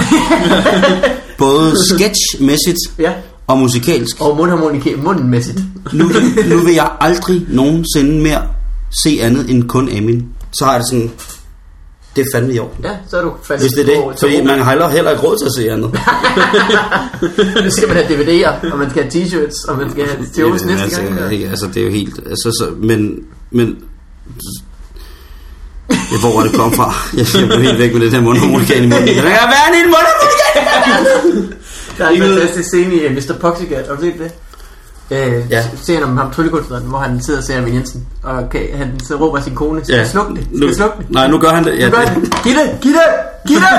S3: både sketchmæssigt
S1: Ja.
S3: og musikalsk.
S1: Og mundharmonika mundenmæssigt.
S3: Nu, nu vil jeg aldrig nogensinde mere se andet end kun Amin. Så har jeg det sådan, det er fandme i orden.
S1: Ja, så er du fast.
S3: Hvis det er det, fordi man har heller ikke råd til at se andet.
S1: Nu skal man have DVD'er, og man skal have t-shirts, og man skal have shows
S3: Jamen,
S1: næste
S3: altså,
S1: gang.
S3: jeg- Ikke, altså, det er jo helt... Altså, så, men... men jeg, hvor var det kom fra? Jeg siger, jeg blev helt væk med det der mundharmonikan i munden. Der kan være en lille mundharmonikan!
S1: Der er en
S2: Ikke noget-
S1: fantastisk scene i øh, Mr. Poxycat, har du set det? Øh, ja.
S3: Ja.
S1: Serien om ham tryllekunstneren, hvor han sidder og ser Amin Jensen, og okay, han så råber sin kone, skal ja. sluk det,
S3: Nu,
S1: skal sluk det.
S3: nej, nu gør han det. Ja,
S1: Nu gør han
S3: det.
S1: det. Giv det, giv det, giv det!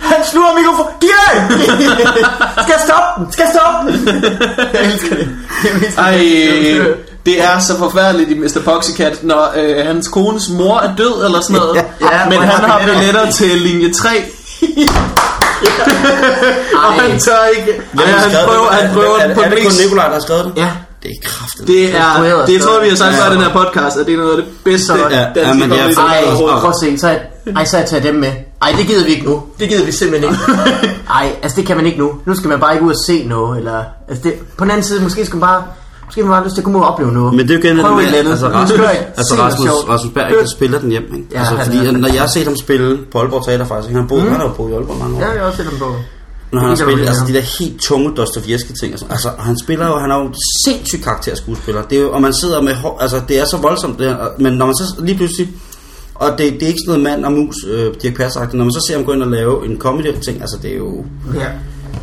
S1: Han sluger mikrofonen, giv det! skal jeg stoppe den, skal jeg stoppe den? Jeg elsker det. Jeg elsker
S2: Ej,
S1: det.
S2: det er så forfærdeligt i Mr. Poxycat, når øh, hans kones mor er død eller sådan noget.
S1: ja,
S2: men
S1: hvor
S2: han
S1: han har
S2: har billetter til linje 3, og
S1: Ej.
S2: han tør ikke. Ej, han prøver, han prøver
S3: er,
S2: den på
S3: er, er det kun
S2: mest.
S3: Nikolaj, der har skrevet det?
S1: Ja,
S3: Det er kraftigt.
S2: Det
S1: Konstrueret
S2: er, det tror jeg, vi har sagt
S3: Ja.
S2: før i den her podcast, at det er noget af det bedste
S1: Så-
S3: Ja,
S2: danske
S3: ja, men det
S2: comedy,
S3: er
S2: der
S1: ej,
S3: faktisk-
S2: overhovedet.
S1: prøv at se, så er, ej, så er jeg taget dem med. Ej, det gider vi ikke nu. Det gider vi simpelthen ikke. Ej, altså det kan man ikke nu. Nu skal man bare ikke ud og se noget, eller... Altså det, på den anden side, måske skal man bare... Måske man bare har lyst til at komme ud og opleve noget.
S3: Men det er jo igen
S1: Prøv
S3: det
S1: et eller andet.
S3: altså,
S1: Nu
S3: Rasmus,
S1: skal jeg ikke
S3: altså
S1: se noget
S3: Rasmus,
S1: sjovt.
S3: Rasmus Berg, der spiller den hjem, ikke?
S1: Ja,
S3: Ja, altså,
S1: han
S3: fordi
S1: er- Mm.
S3: han, når jeg har set ham spille på Aalborg Teater faktisk, ikke? han, boede, han har jo boet i Aalborg mange år.
S1: Ja, jeg har også set ham på.
S3: Når
S1: Det
S3: han har
S1: kan du
S3: spillet,
S1: ikke
S3: altså de
S1: gøre.
S3: der helt tunge Dostoyevsky ting, altså, altså han spiller jo, han er jo sindssyg karakterskuespiller, det er jo, og man sidder med, hår- altså det er så voldsomt det her, og- men når man så lige pludselig, og det, det er ikke sådan noget mand og mus, øh, Dirk Passer, når man så ser ham gå ind og lave en comedy ting, altså det er jo,
S1: Ja.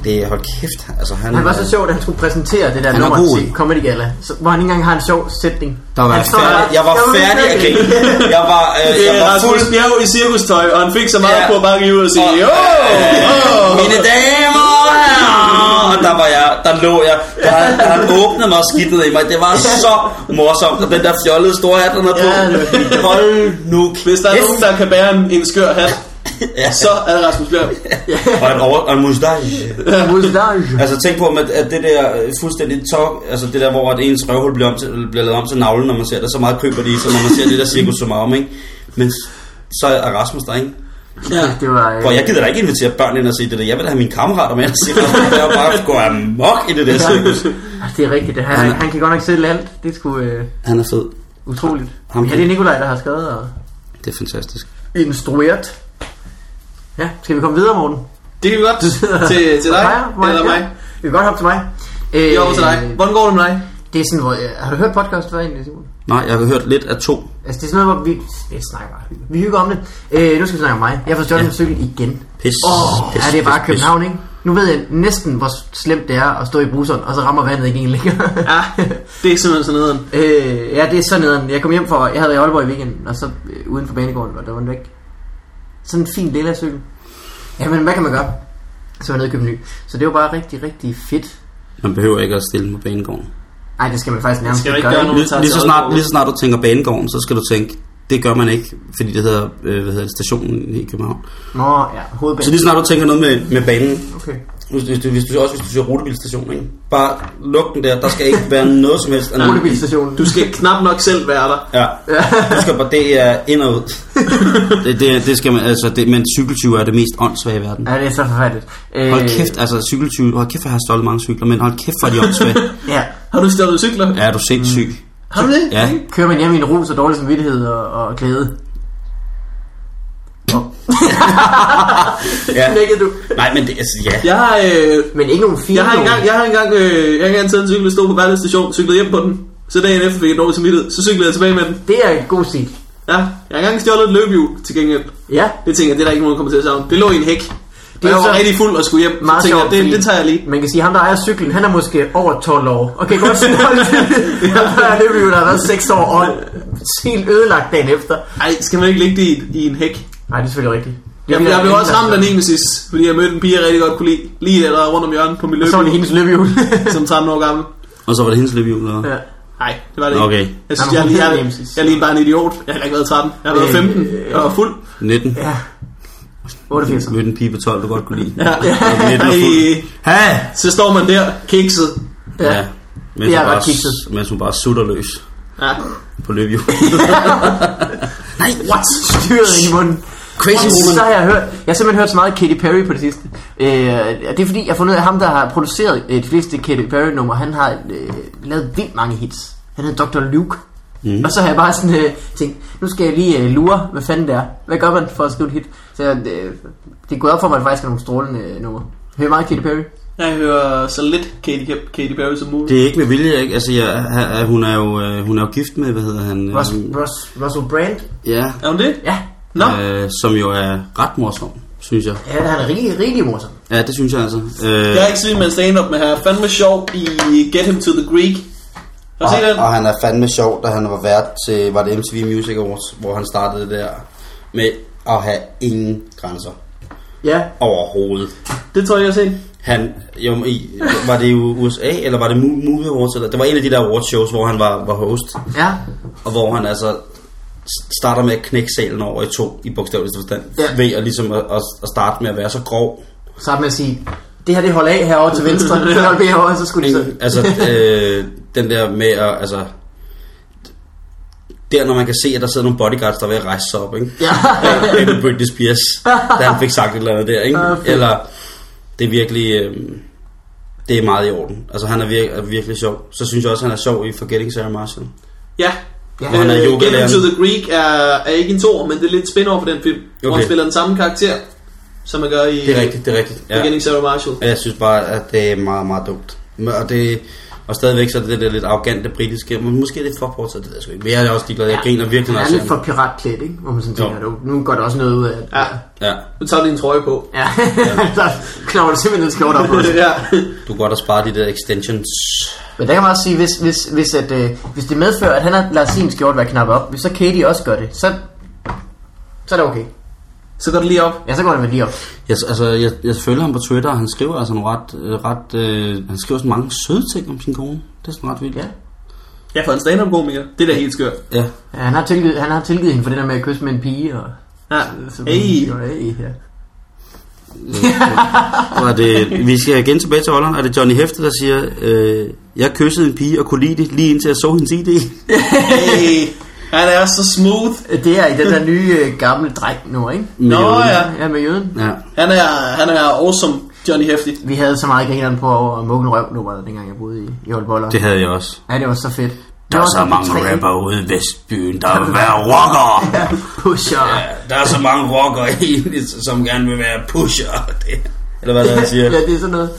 S3: det er, hold kæft, altså han,
S1: Han var
S3: er-
S1: så sjov, da han skulle præsentere det der
S3: Han var
S1: nummer
S3: god
S1: til
S3: i.
S1: Comedy Gala, så, hvor han ikke engang har en sjov sætning.
S3: der var
S1: Han
S3: jeg
S1: står
S3: færdig,
S1: bare-
S3: jeg var færdig at grine, jeg var, øh,
S2: Det
S3: jeg
S2: er
S3: var fuld,
S2: Rasmus Bjerg i cirkustøj, og han fik så meget
S3: Ja.
S2: på at bare give ud og sige, jo!
S3: Mine damer og herrer! Og der var jeg, der lå jeg. Der, han, han åbnede mig og skittede i mig. Det var så morsomt. Og den der fjollede store hat, han havde på.
S1: Ja, det var
S3: Hold nu
S2: Hvis
S3: kæft.
S2: der er
S1: Yes.
S2: nogen, der kan bære en, en skør hat,
S3: Ja.
S2: så er det Rasmus Bjerg.
S3: Og en, over, og en mustache.
S1: Mustache.
S3: Altså tænk på, at at det der øh, fuldstændig tok, altså det der, hvor at ens røvhul bliver, om til, bliver lavet om til navlen, når man ser det, så meget køber de i, så når man ser det der cirkus som om, ikke? Men s- så er Rasmus der, ikke?
S2: Ja.
S1: Det var... øh,
S3: Hvor jeg gider da ikke invitere børn ind og se det der. Jeg vil da have mine kammerater med og se det. Jeg vil bare gå amok i det der cirkus.
S1: Altså, det er rigtigt. Det her. Han, han kan godt nok sætte alt. Det er sgu øh,
S3: Han er fed.
S1: utroligt.
S3: Ham
S1: ja,
S3: kan-
S1: det er Nikolaj, der har skrevet og
S3: Det er fantastisk.
S1: instrueret. Ja, skal vi komme videre, Morten?
S2: Det kan vi godt. Til, til dig, eller
S1: ja.
S2: mig.
S1: Vi kan godt hoppe til mig. Øh,
S2: Jo, til dig. Hvordan går det med dig?
S1: Det er sådan, hvor... Øh, har du hørt podcast før egentlig, Simon?
S3: Nej, jeg har hørt lidt af to.
S1: Altså, det er sådan noget, hvor vi... Det snakker vi hygger. Vi hygger om det. Øh, nu skal vi snakke om mig. Jeg får stjålet ja. en cykel igen.
S3: Pis,
S1: Åh, oh,
S3: pis,
S1: ja, det er bare
S3: pis,
S1: København, ikke? Nu ved jeg næsten, hvor slemt det er at stå i bruseren, og så rammer vandet ikke en længere.
S2: Ja, det er simpelthen sådan noget.
S1: Øh, ja, det er sådan nederen. Jeg kom hjem fra, jeg havde været i Aalborg i weekenden, og så øh, uden for banegården, og der var den væk. Sådan en fin lille cykel. Jamen, hvad kan man gøre? Så var jeg nede og købe en ny. Så det var bare rigtig, rigtig fedt.
S3: Man behøver ikke at stille på banegården.
S1: Nej, det skal man faktisk nærmest
S2: Skal du ikke gøre
S1: ikke?
S2: noget? tager
S3: Lige, lige, så
S2: til
S3: snart,
S2: Aalborg.
S3: lige så snart du tænker banegården, så skal du tænke, det gør man ikke, fordi det hedder, øh, hvad hedder det, stationen i København.
S1: Nå, ja,
S3: Så
S1: hovedbanen.
S3: lige så snart du tænker noget med, med banen,
S1: Okay.
S3: hvis, hvis, du, hvis du, også hvis du siger rutebilstation, ikke? bare luk den der, der skal ikke være noget som helst. andet.
S1: Rutebilstationen.
S2: Du skal knap nok selv være der.
S3: Ja, du skal bare, det er ind og ud. det, det, det skal man, altså, det, men cykeltyve er det mest åndssvage i verden.
S1: Ja, det er så forfærdeligt. Øh,
S3: Hold kæft, altså cykeltyve, hold kæft, jeg har stjålet mange cykler, men hold kæft, hvor er de åndssvage.
S1: Ja,
S2: Har du stjålet cykler?
S3: Ja, er du sindssyg?
S2: Har du det?
S3: Ja,
S1: kører man hjem i en rus og dårlig samvittighed og, og glæde.
S3: ja.
S1: Knækkede du.
S3: Nej, men det, altså, ja.
S2: Jeg har, øh,
S1: Men ikke nogen fine
S2: jeg har engang, jeg har engang, øh, jeg har engang taget en cykel og stod på Værløs station, cyklede hjem på den. Så dagen efter fik jeg dårlig samvittighed, så cyklede jeg tilbage med den.
S1: Det er en god stil.
S2: Ja, jeg har engang stjålet et løbehjul til gengæld.
S1: Ja,
S2: Det tænker jeg, det er der ikke nogen, der kommer til at savne. Det lå i en hæk. Det
S1: er
S2: jeg var
S1: så-
S2: rigtig fuld og skulle hjem. Så
S1: meget
S2: tænker
S1: sjovt,
S2: jeg, det,
S1: fordi
S2: det tager jeg lige.
S1: Man kan sige, at ham der ejer cyklen, han er måske over 12 år. Okay, godt sådan ja. Det bliver jo der har været 6 år og helt ødelagt dagen efter.
S2: Ej, skal man ikke ligge det i, i en hæk?
S1: Nej, det er selvfølgelig rigtigt.
S2: Jamen, jeg blev også ramt af Nemesis, fordi jeg mødte en pige, jeg rigtig godt kunne lide. Lige der, der var rundt om hjørnet på mit
S1: Så var det
S2: løbehjul,
S1: hendes løbehjul.
S2: som 13 år gammel.
S3: Og så var det hendes løbehjul, eller?
S1: ja.
S2: Nej, det var det ikke.
S3: Okay.
S2: Jeg synes,
S1: Nej,
S2: jeg,
S1: men hun
S2: jeg,
S1: hed
S2: jeg,
S1: Nemesis.
S2: jeg er lige bare en idiot. Jeg har heller ikke været 13. Jeg har været
S1: Øh,
S2: 15 og var fuld.
S3: 19.
S1: ja. 88.
S3: Mødte en pige på 12, du godt kunne lide.
S2: Ja.
S3: Og 19 og fuld.
S2: Ej,
S3: Ha!
S2: så står man der, kikset.
S1: Ja.
S3: Ja. Mens,
S1: Det er
S3: hun
S1: ret
S3: bare,
S1: kikset.
S3: mens hun bare sutter løs
S2: Ja.
S3: på løbehjul. Nej,
S2: What?
S1: Styret ind i munden.
S3: Crazy woman.
S1: Så har jeg hørt, jeg har simpelthen hørt så meget Katy Perry på det sidste. Øh, og det er fordi, jeg har fundet ud af, at ham, der har produceret øh, de fleste Katy Perry-numre, han har øh, lavet vildt mange hits. Han hedder Dr. Luke. Mm. Og så har jeg bare sådan øh, tænkt, nu skal jeg lige øh, lure, hvad fanden det er. Hvad gør man for at skrive et hit? Så jeg, øh, det er gået op for mig, at det faktisk er nogle strålende øh, numre. Hører meget Katy Perry.
S3: Mm.
S2: Jeg hører så lidt Katy, Katy Perry som muligt.
S3: det er ikke med vilje, ikke? Altså, jeg, ha- hun, er jo, øh, hun er jo gift med, hvad hedder han? øh,
S1: Rus,
S3: ham-
S1: Rus, Russell Brand.
S3: Ja,
S2: Er hun det?
S1: Ja,
S2: Nå,
S3: øh, som jo er ret morsom, synes jeg.
S1: ja han er rigtig, rigtig morsom.
S3: Ja, det synes jeg altså.
S2: jeg har
S3: Øh,
S2: ikke set med en stand-up, men her er fandme sjov i Get Him to the Greek. Har du set den?
S3: han er fandme sjov, da han var vært til, var det MTV Music Awards, hvor han startede det der med at have ingen grænser
S1: Ja,
S3: overhovedet.
S2: Det tror jeg, jeg har set.
S3: Han, jo, i, var det i USA, eller var det Mo- Movie Awards? Eller, det var en af de der awards shows, hvor han var, var host,
S1: ja.
S3: og hvor han altså starter med at knække salen over i to, i bogstaveligste forstand,
S1: Ja.
S3: ja. ved at, ligesom at, at, at, starte med at være så grov.
S1: Så har man at sige, det her det holder af herovre til venstre, så holder vi herovre, så skulle de så...
S3: altså, øh, den der med at, altså, der når man kan se, at der sidder nogle bodyguards, der er ved at rejse sig op, ikke?
S1: Ja.
S3: Øh, med Britney Spears, da han fik sagt et eller andet der, ikke?
S1: Ah, fedt.
S3: Eller, det er virkelig, øh, det er meget i orden. Altså, han er, vir- er virkelig sjov. Så synes jeg også, han er sjov i Forgetting Sarah Marshall.
S2: Ja.
S1: Ja.
S3: Hvor han er
S2: Øh, Get
S3: yogalæreren.
S2: Him to the Greek er, er ikke en tor, men det er lidt spin-off på den film, okay. hvor han
S3: Okay.
S2: spiller den samme karakter, som man gør i
S3: Det er rigtigt, det er rigtigt.
S2: Ja. Beginning Sarah Marshall.
S3: Og jeg synes bare, at det er meget, meget dumt. Men- Og, det, og stadigvæk så er det det der lidt arrogante britiske, men måske lidt for påtaget, det der sgu ikke. Men jeg er også ligeglad, jeg griner virkelig, når
S1: Han
S3: jeg
S1: er lidt
S3: ser
S1: for
S3: ham.
S1: piratklædt, ikke? Hvor man sådan tænker,
S3: Jo.
S1: du, nu går der også noget ud af det.
S2: Ja.
S3: Ja,
S2: Nu tager du din trøje på.
S1: ja. så knapper du simpelthen en skjort op på os.
S2: ja.
S3: du kan godt have sparet de der extensions.
S1: Men der kan man også sige, hvis, hvis, hvis, at, øh, hvis det medfører, at han har lader sin skjort være knappet op, hvis så Katie også gør det, så, så er det okay.
S2: Så går det lige op.
S1: Ja, så går det med lige op.
S3: Jeg, altså, jeg, jeg følger ham på Twitter, og han skriver altså nogle ret, øh, ret øh, han skriver sådan mange søde ting om sin kone. Det er sådan ret vildt.
S1: Ja.
S2: Ja, for en stand-up komiker. Det er da helt skørt.
S3: ja.
S1: Ja, han har tilgivet, han har tilgivet hende for det der med at kysse med en pige. Og,
S2: Ja.
S1: så,
S2: Hey.
S1: Og, hey ja.
S3: Og er det, vi skal igen tilbage til Holland, og det er Johnny Hefte, der siger, øh, jeg kyssede en pige og kunne lide det, lige indtil jeg så hendes ID.
S2: Hey. Han er så smooth.
S1: Det er i den der nye øh, gamle dreng nu, ikke?
S2: Nå
S3: jøden.
S2: ja.
S1: Ja, med jøden.
S3: ja.
S2: Han er, han er awesome, Johnny Hefti.
S1: Vi havde så meget grineren på over Mukken Røv nummeret, dengang jeg boede i, i Aalborg.
S3: Det havde jeg også.
S1: Ja, det var så fedt. Det
S3: Der er
S1: var
S3: så
S1: på
S3: mange
S1: tre-
S3: rapper ude i Vestbyen, der vil være rocker.
S1: Pusher.
S3: Ja, der er så mange rocker egentlig, som gerne vil være pusher. Det, eller hvad det er, han siger.
S1: ja, det er sådan noget.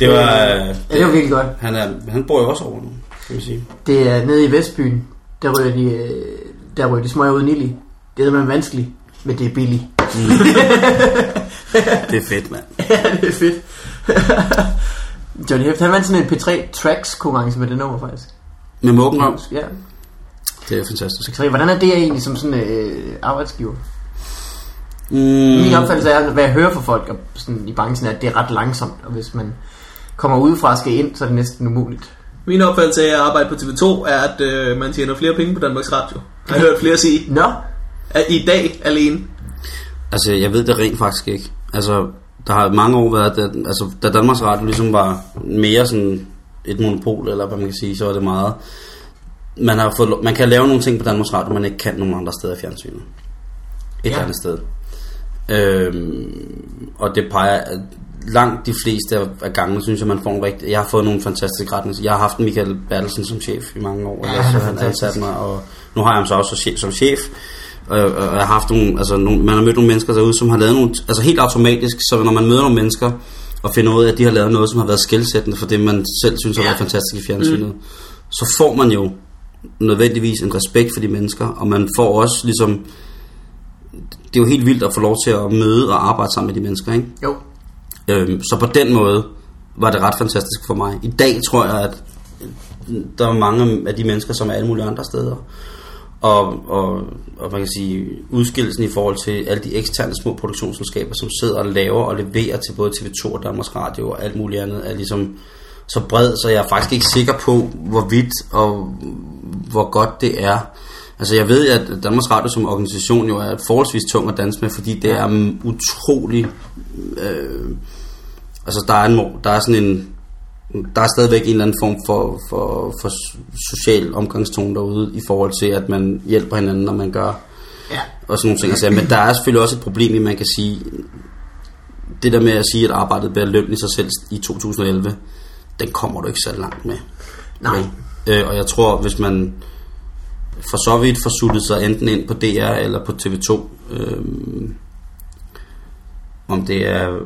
S3: Det var... øh,
S1: Ja, det var virkelig godt.
S3: Han, er, han bor jo også over nu, kan vi sige.
S1: Det er nede i Vestbyen. Der ryger de, øh, der ryger de smøger uden ild i. Det er man vanskeligt, men det er billigt.
S3: Det er fedt, mand.
S1: Ja, det er fedt. Johnny Heft, han vandt sådan en P3 Tracks konkurrence med det nummer faktisk.
S3: Med Måben Røm.
S1: Ja.
S3: Det er fantastisk.
S1: P3, hvordan er det egentlig som sådan en øh, arbejdsgiver?
S3: Mm.
S1: Min opfattelse er, hvad jeg hører fra folk og sådan i branchen, er, at det er ret langsomt, og hvis man kommer udefra og skal ind, så er det næsten umuligt.
S2: Min opfattelse af at arbejde på TV2 er, at øh, man tjener flere penge på Danmarks Radio. Jeg har hørt flere sige,
S1: Nå,
S2: at i dag alene.
S3: Altså, jeg ved det rent faktisk ikke. Altså, der har mange år været, at, altså, da Danmarks Radio ligesom var mere sådan et monopol, eller hvad man kan sige, så var det meget... Man, har fået, lo- man kan lave nogle ting på Danmarks Radio, man ikke kan nogen andre steder i fjernsynet. Et ja. eller andet sted. Øhm, og det peger langt de fleste af- af gangene, synes jeg, man får en rigtig... Jeg har fået nogle fantastiske retninger. Jeg har haft Michael Bertelsen som chef i mange år, ja,
S1: han er
S3: så han
S1: fantastisk.
S3: ansat mig, og nu har jeg ham så også som chef, som chef og, og, og jeg har haft nogle, altså nogle, man har mødt nogle mennesker derude, som har lavet nogle, altså helt automatisk, så når man møder nogle mennesker, og finder ud af, at de har lavet noget, som har været skældsættende for det, man selv synes har været fantastisk i fjernsynet, mm. så får man jo nødvendigvis en respekt for de mennesker, og man får også ligesom, det er jo helt vildt at få lov til at møde og arbejde sammen med de mennesker, ikke?
S1: jo.
S3: Øhm, så på den måde var det ret fantastisk for mig. I dag tror jeg, at øh, der er mange af de mennesker, som er alle mulige andre steder. Og, og, og man kan sige, udskillelsen i forhold til alle de eksterne små produktionsselskaber, som sidder og laver og leverer til både TV2 og Danmarks Radio og alt muligt andet, er ligesom så bred, så jeg er faktisk ikke sikker på, hvor vidt og hvor godt det er. Altså jeg ved, at Danmarks Radio som organisation jo er forholdsvis tung at danse med, fordi det er mm, utrolig øh, altså der er, en, mor- der er sådan en der er stadigvæk en eller anden form for, for, for social omgangstone derude i forhold til, at man hjælper hinanden, når man gør
S1: Ja.
S3: og sådan nogle ting. Altså, men der er selvfølgelig også et problem i, man kan sige, det der med at sige, at arbejdet bærer løn i sig selv i 2011, den kommer du ikke så langt med.
S1: Nej.
S3: Men, øh, og jeg tror, hvis man for så vidt får suttet sig enten ind på DR eller på TV2, øh, om det er,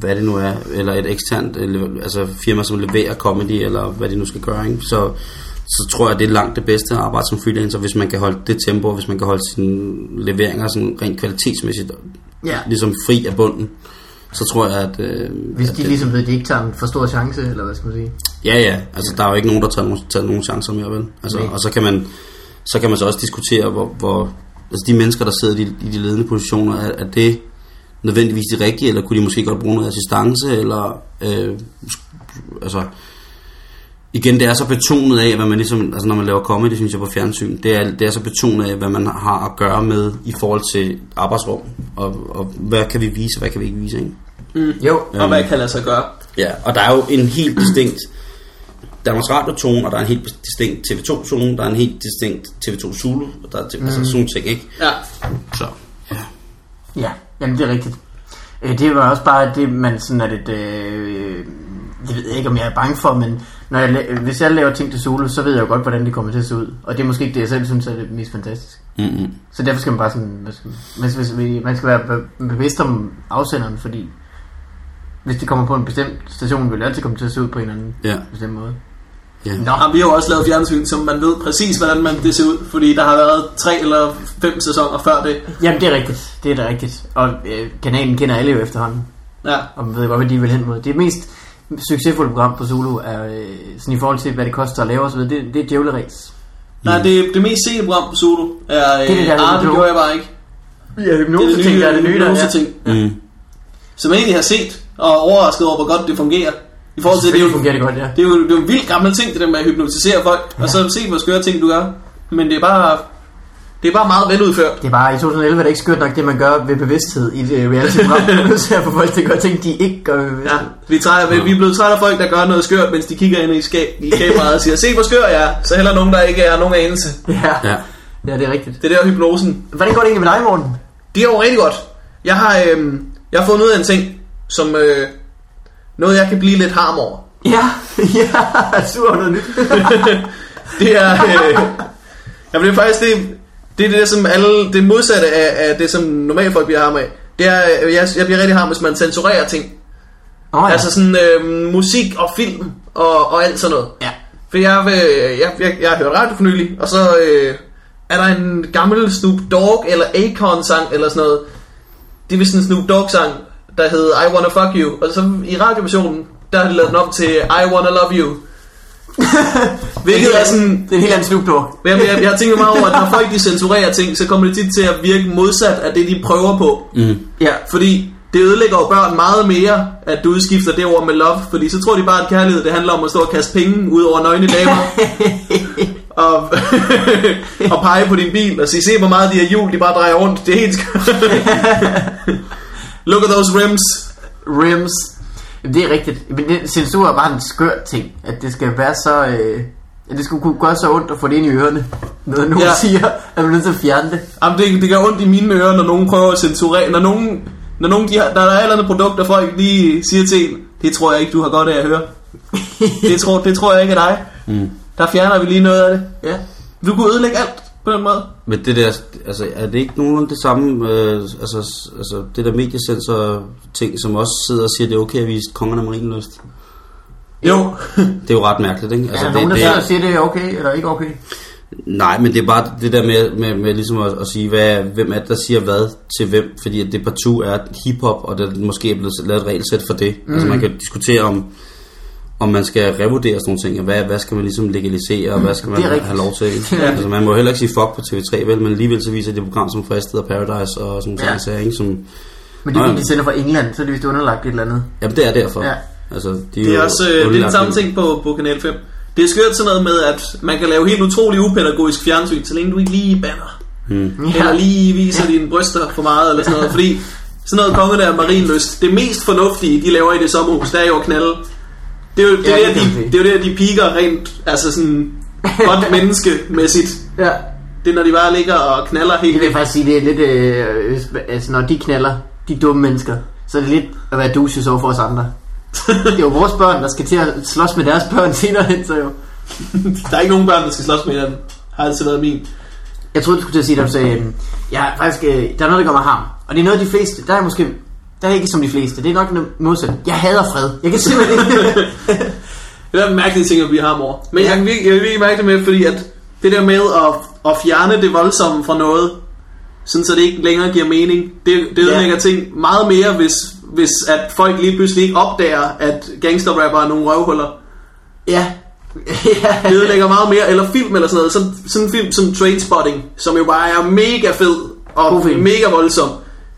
S3: hvad det nu er, eller et eksternt eller, altså firma, som leverer comedy, eller hvad de nu skal gøre, ikke? Så, så tror jeg, det er langt det bedste at arbejde som freelancer, hvis man kan holde det tempo, og hvis man kan holde sine leveringer sådan rent kvalitetsmæssigt,
S1: Ja.
S3: ligesom fri af bunden, så tror jeg, at... Øh,
S1: Hvis
S3: at
S1: de
S3: det-
S1: ligesom ved, at de ikke tager en for stor chance, eller hvad skal man sige?
S3: Ja, ja. Altså, der er jo ikke nogen, der tager nogen, tager nogen chancer mere, vel? Altså,
S1: Nej.
S3: og så kan, man, så kan man så også diskutere, hvor, hvor altså, de mennesker, der sidder i, de- i de ledende positioner, er, er det nødvendigvis de rigtige, eller kunne de måske godt bruge noget assistance, eller... Øh, sk- altså, igen, det er så betonet af, hvad man ligesom, altså når man laver comedy, synes jeg på fjernsyn, det er, det er så betonet af, hvad man har at gøre med i forhold til arbejdsrum, og, og hvad kan vi vise, og hvad kan vi ikke vise, ikke?
S1: Jo.
S2: Og hvad kan lade sig gøre?
S3: Ja, og der er jo en helt distinkt Danmarks Radio-tone, og der er en helt distinkt TV2-zone, der er en helt distinkt TV2 Zulu, og der er t- mm. altså sådan nogle ting, ikke?
S2: Ja.
S3: Så, ja.
S1: Ja, jamen det er rigtigt. Øh, Det var også bare det, man sådan er lidt... Øh, det ved jeg ikke, om jeg er bange for, men når jeg, la- hvis jeg laver ting til solo, så ved jeg jo godt, hvordan det kommer til at se ud. Og det er måske ikke det, jeg selv synes er det mest fantastiske.
S3: Mm-mm.
S1: Så derfor skal man bare sådan... Man skal, man skal, man skal være be- bevidst om afsenderen, fordi hvis det kommer på en bestemt station, vil det altid komme til at se ud på en eller anden
S3: Ja.
S1: bestemt måde.
S3: Ja.
S1: Nå,
S2: Og vi har jo også lavet fjernsyn, som man ved præcis, hvordan man det ser ud. Fordi der har været tre eller fem sæsoner før det.
S1: jamen det er rigtigt. Det er da rigtigt. Og øh, kanalen kender alle jo efterhånden.
S2: Ja.
S1: Og man ved godt, hvad de vil hen mod. Det mest succesfulde program på Zulu er øh, sådan i forhold til, hvad det koster at lave osv., det, det er djævleræs.
S2: Nej, det, det mest sete program på Solo er... Øh,
S1: Mm. Det er det, der er
S2: ah,
S1: lidt
S2: det
S1: sjovt.
S2: gjorde jeg bare ikke.
S1: Ja, hypnose ting, der er det nye, der
S2: hypnose
S1: er.
S2: ting.
S3: Mm.
S2: Som jeg egentlig har set, og er overrasket over, hvor godt det fungerer. I forhold til, det er jo,
S1: fungerer det godt, ja.
S2: det er jo, det er jo en vild gammel ting, det der med at hypnotisere folk, ja. og så se, hvor skøre ting du gør. Men det er bare, det er bare meget veludført.
S1: Det er bare, i 2011 er det ikke skørt nok, det man gør ved bevidsthed i et øh, reality-program. Nu ser jeg for folk til at gøre ting, de ikke gør ved
S2: Ja,
S1: bevidsthed.
S2: vi, er træ, vi er blevet trætte af folk, der gør noget skørt, mens de kigger ind i, skab, i kameraet og siger, se hvor skør jeg er, så heller nogen, der ikke er nogen anelse.
S1: Ja.
S3: Ja.
S1: ja. ja, det er rigtigt.
S2: Det er der hypnosen,
S1: Hvordan går det egentlig med dig, Morten?
S2: Det er jo rigtig godt. Jeg har, øh, jeg har fundet ud af en ting, som øh, noget, jeg kan blive lidt harm over.
S1: Ja, ja, sur over noget nyt.
S2: det er... Øh, jamen, det er faktisk det... Det er det, der, som alle, det modsatte af, af det, som normalt folk bliver harm af. Det er, øh, jeg, jeg bliver rigtig harm, hvis man censurerer ting.
S1: Åh, oh,
S2: Ja.
S1: ja.
S2: Altså sådan øh, musik og film og, og alt sådan noget.
S1: ja.
S2: For jeg, øh, jeg, jeg, jeg har hørt radio for nylig, og så øh, er der en gammel Snoop Dogg eller Akon-sang eller sådan noget. Det er vist en Snoop Dogg-sang, der hedder I Wanna Fuck You. Og så i radioversionen, der har de lavet den op til I Wanna Love You. Hvilket er sådan...
S1: Det er en helt anden Snoop Dogg.
S2: Jeg, jeg, jeg har tænkt meget over, at når folk de censurerer ting, så kommer det tit til at virke modsat af det, de prøver på.
S3: Mm.
S1: Ja.
S2: Fordi det ødelægger jo børn meget mere, at du udskifter det ord med love, fordi så tror de bare, at kærlighed det handler om at stå og kaste penge ud over nøgne damer. og, og pege på din bil og sige, se hvor meget de her hjul, de bare drejer rundt. Det er helt skørt. Look at those rims.
S1: Rims. Jamen, det er rigtigt. Men det, censur er bare en skør ting. At det skal være så... Øh, at det skulle kunne gøre så ondt at få det ind i ørerne. Når nogen
S2: Ja.
S1: ja. siger, at man er nødt til at fjerne det.
S2: Jamen, det, det gør ondt i mine ører, når nogen prøver at censurere. Når nogen, når nogen de har, der er et eller andet produkt, der folk lige siger til en, det tror jeg ikke, du har godt af at høre. det, tror, det tror jeg ikke er dig.
S3: Mm.
S2: Der fjerner vi lige noget af det.
S1: Ja.
S3: Altså,
S2: Du kunne ødelægge alt på den måde.
S3: Men det der, altså, er det ikke nogen af det samme, øh, altså, altså det der mediecensor ting, som også sidder og siger, det er okay at vise kongerne af Marienlyst.
S2: Jo.
S3: Det er jo ret mærkeligt, ikke?
S1: Altså, er der
S3: det,
S1: nogen, der
S3: det,
S1: sidder og siger, det er okay eller ikke okay?
S3: Nej, men det er bare det der med, med, med ligesom at, at sige, hvad, hvem er det, der siger hvad til hvem, fordi at det partout er hiphop, og der måske er blevet lavet et regelsæt for det. Mm. Altså man kan diskutere om, om man skal revurdere sådan nogle ting, og hvad, hvad skal man ligesom legalisere, og
S2: Mm.
S3: hvad skal man
S1: Det er rigtigt.
S3: have lov til.
S1: Det er
S3: altså man må jo heller ikke sige fuck på TV3, vel, men alligevel så viser det program som Fristet og Paradise og sådan
S1: Ja.
S3: nogle ja. ting, som...
S1: Men det er
S3: Nå,
S1: fordi, de sender fra England, så er det vist underlagt et eller andet.
S3: Jamen det er derfor.
S1: Ja.
S3: Altså, de
S2: Det er
S3: jo
S2: også øh, det er den
S3: underlagt
S2: samme
S3: det.
S2: ting på, på Kanal 5. Det er skørt sådan noget med, at man kan lave helt utrolig upædagogisk fjernsyn, så længe du ikke lige banner.
S3: Mm.
S2: Eller lige viser dine bryster for meget eller sådan noget. Fordi sådan noget konge der marinlyst, det mest fornuftige, de laver i det sommerhus, der er jo at knalde. Det er jo det,
S1: Ja,
S2: ja, der,
S1: det kan man
S2: de,
S1: sige.
S2: det er jo der, de piker rent, altså sådan godt menneskemæssigt.
S1: Ja.
S2: Det er, når de bare ligger og knaller helt
S1: Det vil jeg
S2: vildt.
S1: faktisk sige, det er lidt... Øh, øh, altså, når de knaller, de dumme mennesker, så er det lidt at være douches over for os andre. det er jo vores børn, der skal til at slås med deres børn senere hen, så jo.
S2: Der er ikke nogen børn, der skal slås med hinanden. Har altid været min.
S1: Jeg troede, du skulle til at sige, at du sagde, øhm, ja, faktisk, øh, der er noget, der gør mig ham. Og det er noget, de fleste, der er jeg måske, der er jeg ikke som de fleste. Det er nok noget modsat. Jeg hader fred. Jeg kan simpelthen ikke.
S2: Det er en mærkelig ting at blive ham over. Men jeg kan virkelig, jeg kan virkelig mærke det med, fordi at det der med at, at fjerne det voldsomme fra noget, sådan så det ikke længere giver mening, det, det ødelægger
S1: Ja.
S2: ting meget mere, hvis, hvis at folk lige pludselig ikke opdager, at gangsterrapper er nogle røvhuller.
S1: ja. ja.
S2: Det ødelægger meget mere, eller film eller sådan noget, sådan, sådan en film som Trainspotting, som jo bare er mega fed og
S1: God film.
S2: mega voldsom.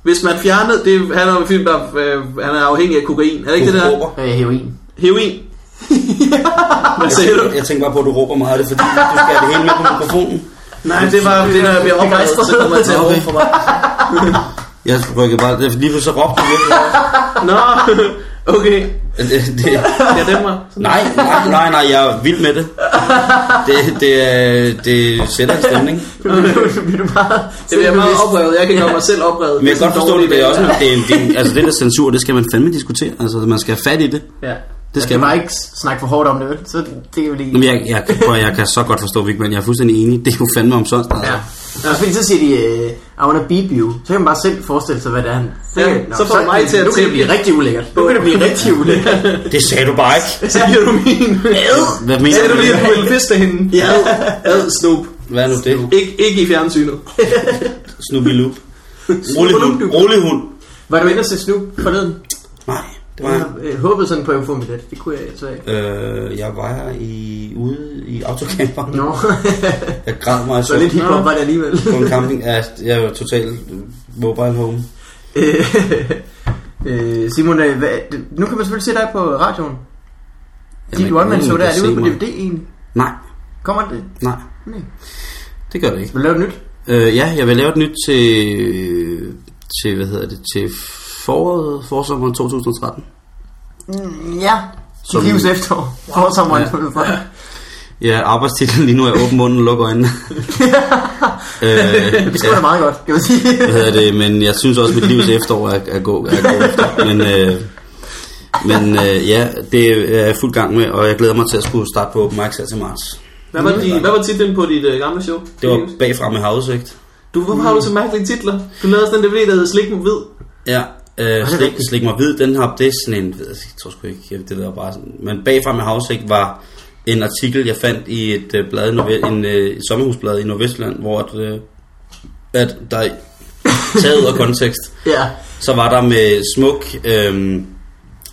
S2: Hvis man fjernede, det handler om en film, der øh, han er afhængig af kokain, er det ikke det
S3: Du
S2: der?
S3: råber.
S1: Øh, heroin.
S2: Heroin. Hvad sagde du?
S3: Jeg, jeg tænker bare på, at du råber meget af det, fordi du skal have det hele med på mikrofonen.
S2: Nej, det var det, når jeg bliver oprejst, så kommer jeg til at råbe for mig.
S3: Jeg rykkede bare, lige pludselig så råbte du virkelig også.
S2: Nå, okay.
S3: Øh, Det, det,
S2: Jeg dæmmer.
S3: nej, nej, nej, nej, jeg er vild med det. Det, det, er- det sætter en stemning.
S1: Nu bliver du bare
S2: Det bliver meget
S1: selvbevidst.
S2: oprevet. Jeg kan gøre mig selv oprevet.
S3: Men jeg
S2: Det er
S3: kan godt
S2: sådan
S3: forstå
S2: dårligt,
S3: det, det er også en, det er en, det er en, altså det der censur, det skal man fandme diskutere. Altså man skal have fat i det.
S2: Ja.
S3: Det
S1: Skal
S3: skal
S1: man
S3: man.
S1: ikke snakke for hårdt om det, vel? Så det er jo lige...
S3: Jamen, jeg, jeg, prøv, at- jeg kan så godt forstå Vigman, jeg er fuldstændig enig. Det er jo fandme om sådan. Altså.
S1: Ja. Ja. Også fordi så siger de, øh, I wanna beat you. Så kan man bare selv forestille sig, hvad det er. han-
S2: Ja,
S1: kan-
S2: så får
S1: kan
S2: mig
S1: det-
S2: til at
S1: Nu kan
S2: tænke-
S1: det blive rigtig ulækkert. Nu kan det blive rigtig ulækkert.
S3: Det sagde du bare ikke.
S2: Så giver du min.
S3: Hvad mener
S2: Sagde
S3: du?
S2: du lige, at du ville fiste hende? Ja. Ad, Snoop.
S3: Hvad er nu det?
S2: Ikke, ikke i fjernsynet.
S3: Snoopy Loop. Rolig hund. Rolig hund.
S1: Var du inde og se Snoop forleden?
S3: Nej, det var
S1: Jeg
S3: jeg.
S1: har øh, håbet sådan på Euphorbit. Det kunne jeg så ikke.
S3: Øh, jeg var her i, ude i autocamperen.
S1: Nå,
S3: Jeg græd mig i
S1: så lidt
S3: søvn
S1: hiphop var det alligevel.
S3: på en camping. Ja, jeg var totalt Mobile Home.
S1: Øh, øh, Simon, øh, hvad, nu kan man selvfølgelig se dig på radioen. Dit
S3: Jamen,
S1: one man show
S3: ingen
S1: der,
S3: kan
S1: er det ude
S3: se
S1: på
S3: mig.
S1: DVD egentlig?
S3: Nej,
S1: Kommer det?
S3: nej,
S1: øh, Nej.
S3: det gør det ikke.
S1: Vil du lave et nyt?
S3: Øh, ja, jeg vil lave et nyt til, til hvad hedder det, til foråret, forsommeren 2013.
S1: Mm, ja. Som
S3: Som-
S1: livs efterår. Forsommeren. Ja.
S3: Ja, arbejdstitlen lige nu er åben munden, luk øjnene. øh,
S1: Det beskriver det meget godt, kan man sige.
S3: hvad hedder det, men jeg synes også, at mit livs efterår er, er god, er god efter. Men, øh, men øh, ja, det er jeg i fuld gang med, og jeg glæder mig til at skulle starte på open mics her til marts.
S2: Hvad var, de, hvad var titlen på dit øh, gamle show?
S3: Det var bagfra med havudsigt.
S2: Du, hvorfor har du så mærkelige titler? Du lavede sådan en DVD, der hedder Slik med Hvid.
S3: Ja, øh, slik, slik mig hvid, den her, det er sådan en, ved jeg, jeg tror sgu ikke, jeg- det var bare sådan. Men bagfra med havudsigt var en artikel, jeg fandt i et øh, blad, i Nordve- en øh, sommerhusblad i Nordvestland, hvor at, øh, at der taget ud af kontekst,
S1: ja.
S3: Så var der med smuk øh,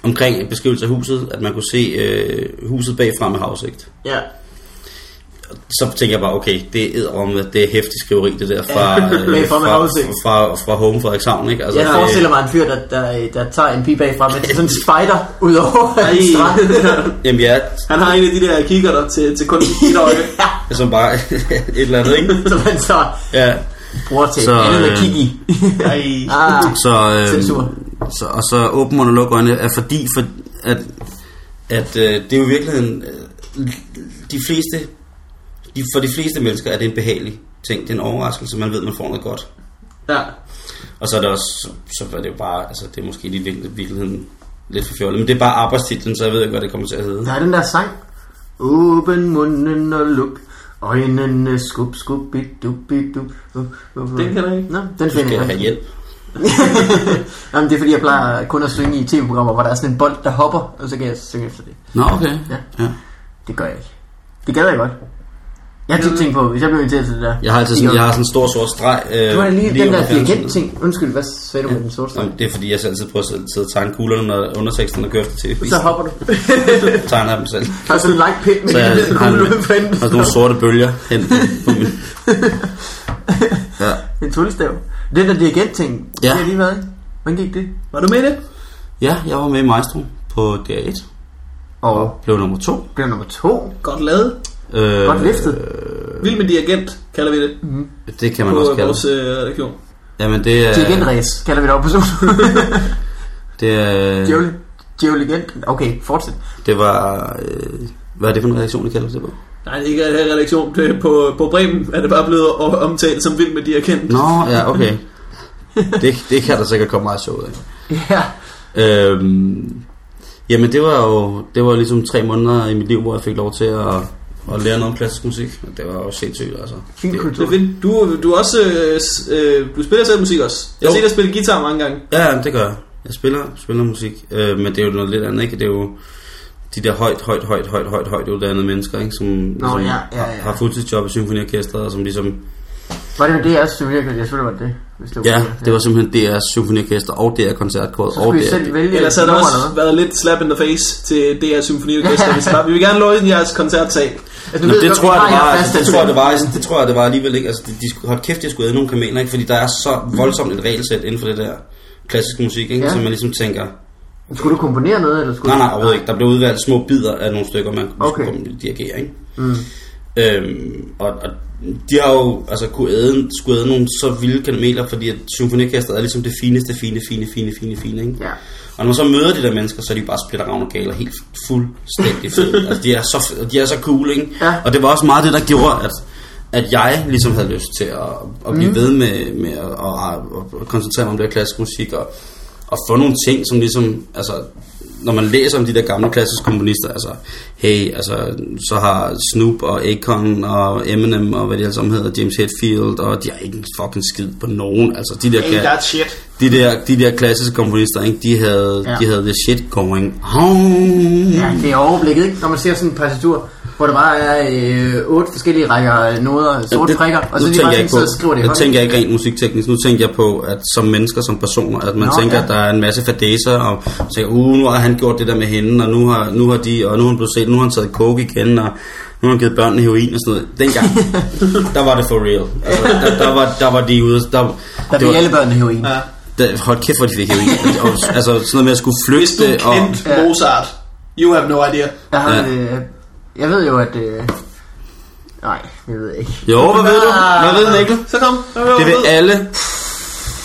S3: omkring en beskrivelse af huset, at man kunne se øh, huset bagfra med havsigt.
S1: Ja.
S3: Så tænkte jeg bare, okay, det er om, at det er hæftig skriveri, det der fra, øh,
S1: Ja, bagfra med
S3: fra,
S1: haveudsigt.
S3: fra, fra Home Frederikshavn, ikke? Altså,
S1: Jeg
S3: det-
S1: forestiller mig en fyr, der, der, der tager en pige bagfra med sådan en spider ud over
S2: Ej.
S1: en strand.
S3: Jamen ja,
S2: Han har en af de der kigger der til, til kun et øje.
S3: som bare et eller andet, ikke?
S1: Som han så
S3: Ja.
S1: bruger til
S3: Så,
S1: andet at
S3: øh,
S1: kigge i.
S2: Ej.
S1: Ah,
S3: Så, øh,
S1: Censur.
S3: så, og så åben mund og luk øjnene, er fordi, for, at, at øh, det er jo i virkeligheden, øh, de fleste, de, for de fleste mennesker er det en behagelig ting, det er en overraskelse, man ved, man får noget godt.
S2: Ja.
S3: Og så er det også, så er det jo bare, altså det er måske lige i virkel- virkeligheden lidt for fjollet, men det er bare arbejdstitlen, så jeg ved ikke, hvad det kommer til at hedde.
S1: der er den der sang. Åben munden og luk. Øjnene skub, skub, bid, du, bid, du.
S2: Den kan jeg ikke.
S1: Nå, den
S3: Du skal
S1: finder
S3: have
S1: jeg.
S3: hjælp.
S1: Jamen, det er fordi, jeg plejer kun at synge i tv-programmer, hvor der er sådan en bold, der hopper, og så kan jeg synge efter det.
S3: Nå, okay.
S1: Ja.
S3: ja.
S1: Det gør jeg ikke. Det gad jeg godt. Jeg har tit tænkt på, hvis jeg blev inviteret til det der.
S3: Jeg har altid sådan, jeg har sådan en stor sort streg. Øh,
S1: Du har lige, den
S3: under
S1: der
S3: fjernsynet.
S1: dirigent-ting. Undskyld, hvad sagde du med den sorte streg?
S3: Jamen, Det er fordi, jeg altid prøver at sidde- sidde og tegne kuglerne, når underteksterne kører efter tv.
S1: Så hopper du.
S3: tegner jeg dem selv.
S1: Har sådan en lang pind med
S3: Så
S1: en
S3: jeg
S1: lille
S3: har
S1: kugle
S3: en-
S1: ud for enden.
S3: Og sådan nogle sorte bølger hen på min... Ja.
S1: En tullestav. Den der dirigent-ting, det
S3: Ja.
S1: har jeg lige været i. Hvordan gik det?
S2: Var du med i det?
S3: ja, jeg var med i Maestro på DR1.
S1: Og
S3: Blev nummer to.
S1: blev nummer to.
S2: Godt lavet.
S3: Øh,
S1: Godt løftet.
S2: Vild med dirigent, kalder vi det.
S3: Det kan man
S2: På
S3: Mm-hmm. også kalde
S2: vores
S3: det.
S2: øh, redaktion.
S3: Jamen det er...
S1: Dirigent-race, kalder vi det op på Zoom.
S3: Det, er,
S1: Djævel- Djæveligent. Okay, fortsæt.
S3: det var... Øh, hvad er det for en reaktion, I kalder det på?
S2: Nej, det er ikke en redaktion. Det er På, på Bremen er det bare blevet o- omtalt som vild med dirigent.
S3: Nå, ja, okay. Det, det kan der sikkert komme meget sjovt af.
S1: Ja.
S3: Øhm, jamen det var jo det var ligesom tre måneder i mit liv, hvor jeg fik lov til at, at lære noget om klassisk musik. Og Det var jo sindssygt, altså.
S1: Fin
S3: Det,
S2: Det er
S1: kultur.
S2: fedt. Du, du, er også, øh, s- øh, du spiller selv musik også. Jeg har
S3: Jo.
S2: set dig spille guitar mange gange.
S3: ja, det gør jeg. Jeg spiller, spiller musik, øh, men det er jo noget lidt andet, ikke? Det er jo de der højt, højt, højt, højt, højt, højt uddannede mennesker, ikke? Som, Nå, som
S1: ja, ja, ja.
S3: Har, har fuldtidsjob i symfoniorkestret, og som ligesom
S1: Var det jo det, jeg også synes, jeg selvfølgelig var det. Hvis det var
S3: Ja, det var simpelthen DR Symfoniorkester og DR Koncertkort
S1: Så
S3: og
S1: skulle I
S3: DR...
S1: selv vælge
S2: Ellers har der
S1: nummer
S2: også
S1: eller hvad?
S2: været lidt slap in the face til DR Symfoniorkester. hvis det var. Vi vil gerne låne jeres koncertsal.
S1: Altså,
S3: Nå,
S1: nu ved
S3: det,
S1: jeg
S3: tror
S1: godt,
S3: jeg,
S1: vi
S3: det
S1: har
S3: var,
S1: jer
S3: altså,
S1: fast
S3: det tror jeg, det
S1: ansat.
S3: var, altså, det tror jeg, det var alligevel ikke. Altså, de, de skulle, hold kæft, jeg skulle æde nogle kameler, ikke? Fordi der er så voldsomt et regelsæt inden for det der klassiske musik, ikke?
S1: Ja.
S3: Ja. Så man ligesom tænker,
S1: Skulle du komponere noget, eller skulle
S3: nej, nej,
S1: du-
S3: overhovedet ikke. Der blev udvalgt små bidder af nogle stykker, man kunne
S1: Okay.
S3: okay. dirigere, ikke? Mm. Øhm, og, og, de har jo altså, kunne æde, skulle æde nogle så vilde kameler, fordi at symfoniorkestret er ligesom det fineste, fine, fine, fine, fine, fine, ikke?
S1: Ja.
S3: Og når man så møder de der mennesker, så er de bare splitter ravn og galer helt fuldstændig fede. altså, de er så fede, og de er så cool, ikke?
S1: Ja.
S3: Og det var også meget det, der gjorde, at, at jeg ligesom havde lyst til at, at blive ved med, med at, at, at, koncentrere mig om det her klassisk musik, og, og få nogle ting, som ligesom, altså, når man læser om de der gamle klassiske komponister, altså, hey, altså, så har Snoop og Akon og Eminem og hvad de alle sammen hedder, James Hetfield, og de har ikke en fucking skid på nogen, altså, de der
S2: Hey,
S3: kan-
S2: that shit.
S3: de der, de der klassiske komponister, ikke? De, havde,
S1: Ja.
S3: ja. de havde the shit going on.
S1: Ja, det er overblikket, ikke? Når man ser sådan en partitur, hvor der bare er øh, otte forskellige rækker noder, sorte
S3: Det-
S1: prikker, og så
S3: nu
S1: de
S3: tænker
S1: bare
S3: jeg
S1: sådan,
S3: ikke på,
S1: så skriver det i
S3: jeg
S1: hånden.
S3: tænker ikke rent musikteknisk. Nu tænker jeg på, at som mennesker, som personer, at man
S1: Nå,
S3: Nå, tænker,
S1: ja.
S3: ja. at der er en masse fadæser, og tænker, uh, nu har han gjort det der med hende, og nu har, nu har de, og nu er han blevet set, nu har han taget coke igen, og nu har han givet børnene heroin og sådan noget. Dengang, der var det for real. Altså, der, der, var, der var de ude, der,
S1: Der
S3: Det
S1: fik
S3: var-
S1: alle børnene heroin.
S2: Ja.
S3: Da, hold kæft, hvor de fik heroin. Og, altså sådan noget med at skulle
S2: Hvis du
S3: flygte. og,
S2: kendte
S1: Ja.
S2: Mozart, you have no idea.
S1: Jeg, har,
S3: Ja.
S1: øh, jeg ved jo, at... Øh, nej, det ved jeg ikke.
S3: jo, hvad ved du?
S2: Ah.
S1: Ah.
S3: Hvad ved Mikkel?
S2: Så kom.
S3: Det ved alle.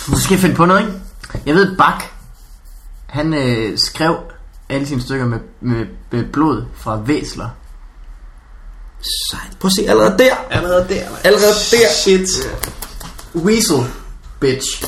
S1: Nu skal jeg finde på noget, ikke? Jeg ved, Bach, han øh, skrev alle sine stykker med, med, med blod fra væsler.
S3: Sejt. Prøv at se, allerede der.
S2: Allerede der, mand.
S3: Allerede der.
S2: Shit.
S1: Weasel, bitch.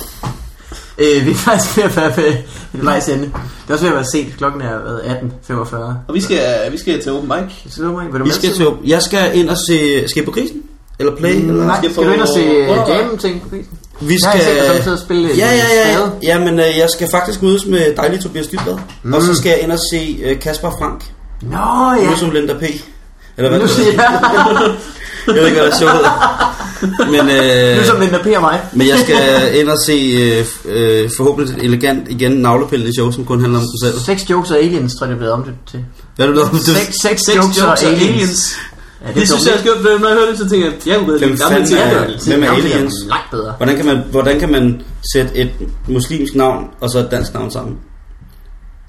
S1: Øh, vi er faktisk ved at være ved ved vejs ende. Det er også ved at være set. Klokken er hvad, 18.45.
S2: Og vi skal, vi skal til open mic.
S1: Så du mig, vil du
S3: Vi
S1: med
S3: skal til, jeg skal ind og se Skipper Grisen. Eller Play. Eller?
S1: Mm, Nej,
S2: skal
S1: skal du ind og
S2: få-
S1: se øh,
S2: Undervej.
S1: damen ting?
S3: Vi
S1: Jeg har
S3: skal...
S1: set dig sommetider spille
S3: ja, ja, ja, ja.
S1: skade.
S3: ja, men øh, jeg skal faktisk mødes med dejlige Tobias Dybvad. Mm. Og så skal jeg ind og se øh, Kasper Frank.
S1: Nå ja.
S3: Nu som Linda P. Eller hvad
S1: Nu
S3: det hedder.
S1: siger jeg,
S3: Jeg ved ikke, hvad der er sjovt. Men,
S1: nu som
S3: øh,
S1: den der Per mig.
S3: men jeg skal ind og se øh, f- øh, forhåbentlig elegant igen navlepillende show, som kun handler om sig selv.
S1: Seks jokes og aliens, tror jeg, det er blevet omdøbt til.
S3: Hvad er det, du lavede?
S1: Seks, seks, jokes, og aliens. Ja,
S2: Det, det synes jeg er skørt, for når jeg hørte det, så tænkte jeg, jeg kunne bedre
S3: Hvem
S2: lide gamle
S3: fanden
S2: ting.
S3: er-
S2: Ja,
S3: Hvem er
S1: Aliens?
S3: aliens?
S1: Langt bedre.
S3: Hvordan kan, man, hvordan kan man sætte et muslimsk navn og så et dansk navn sammen?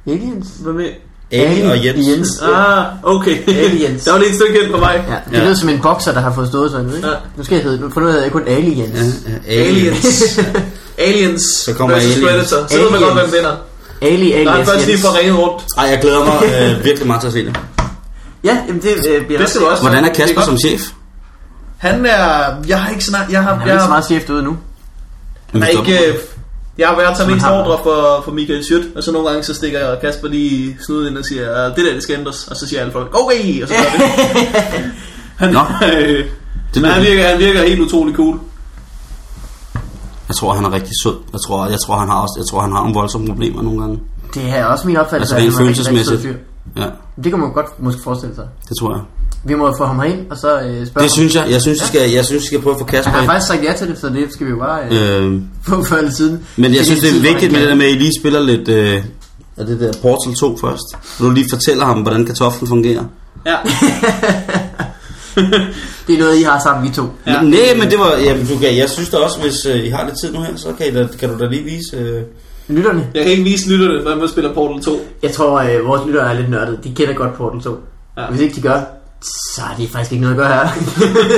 S1: Aliens?
S2: Hvad med?
S3: Ali og Jens.
S1: Jens. Ja.
S2: Ah, okay.
S1: Aliens.
S2: der var lige et stykke hen på mig.
S1: Ja, det
S3: Ja.
S1: lyder som en bokser, der har fået stået sådan, ikke?
S2: Ja.
S1: Nu skal jeg hedde, nu for nu hedder jeg kun Aliens.
S3: Ja, ja, aliens.
S2: Aliens. Aliens. Så
S3: kommer aliens.
S2: Predator. Så ved man godt,
S1: Aliens.
S2: hvem vinder.
S1: Ali,
S2: Der er
S1: Alias,
S2: først lige
S1: Jens.
S2: for ringet rundt.
S3: Ej, jeg glæder mig øh, virkelig meget til at se det.
S1: Ja, jamen det øh, bliver
S2: Det skal du også.
S3: Hvordan er
S2: Det
S3: Kasper
S2: godt.
S3: som chef?
S2: Han er... Jeg har ikke snart... Jeg har...
S1: Han er
S2: Jeg
S1: ikke så
S2: har,
S1: meget chef ude nu.
S2: jeg har ikke... øh, Jeg har været tager mest
S1: har-
S2: ordre for, for Michael Schødt, og så nogle gange så stikker jeg Kasper lige snuden ind og siger, "Ah, det der det skal ændres, og så siger alle folk, okay, og så gør det. han,
S3: Nå.
S2: øh,
S3: Det
S2: men han
S3: lyder-
S2: virker, han virker helt utrolig cool.
S3: Jeg tror, han er rigtig sød. Jeg tror, jeg tror, han har også, jeg tror, han har nogle voldsomme problemer nogle gange.
S1: Det er også min opfattelse,
S3: Altså
S1: at
S3: rent
S1: han var en rigtig, rigtig sød
S3: følelsesmæssigt. Ja,
S1: fyr. Det kan man jo godt måske forestille sig.
S3: det tror jeg.
S1: Vi må jo få ham herind, og så øh, spørge
S3: Det
S1: ham.
S3: synes jeg. Jeg synes, jeg skal, jeg synes, jeg skal prøve at få Kasper
S1: Han har
S3: ind.
S1: faktisk sagt ja til det, så det skal vi jo bare øh,
S3: Øh,
S1: få før eller siden.
S3: men jeg synes, det er
S1: tid, hvor han
S3: vigtigt med det
S1: kan-
S3: der med, at I lige spiller lidt øh, af det der Portal 2 først. Så du lige fortæller ham, hvordan kartoflen fungerer.
S2: Ja,
S1: Det er noget, I har sammen, vi to.
S3: Ja.
S2: Ja.
S3: Nej, men det var... Jamen, du kan, jeg synes da også, hvis øh, I har lidt tid nu her, så kan, I da, kan du da lige vise... Øh,
S1: Lytterne?
S2: jeg kan ikke vise lytterne, hvordan man spiller Portal 2.
S1: Jeg tror, øh, vores lyttere er lidt nørdede. De kender godt Portal 2.
S2: Ja.
S1: Ja. Hvis ikke de gør, så er det faktisk ikke noget at gøre her.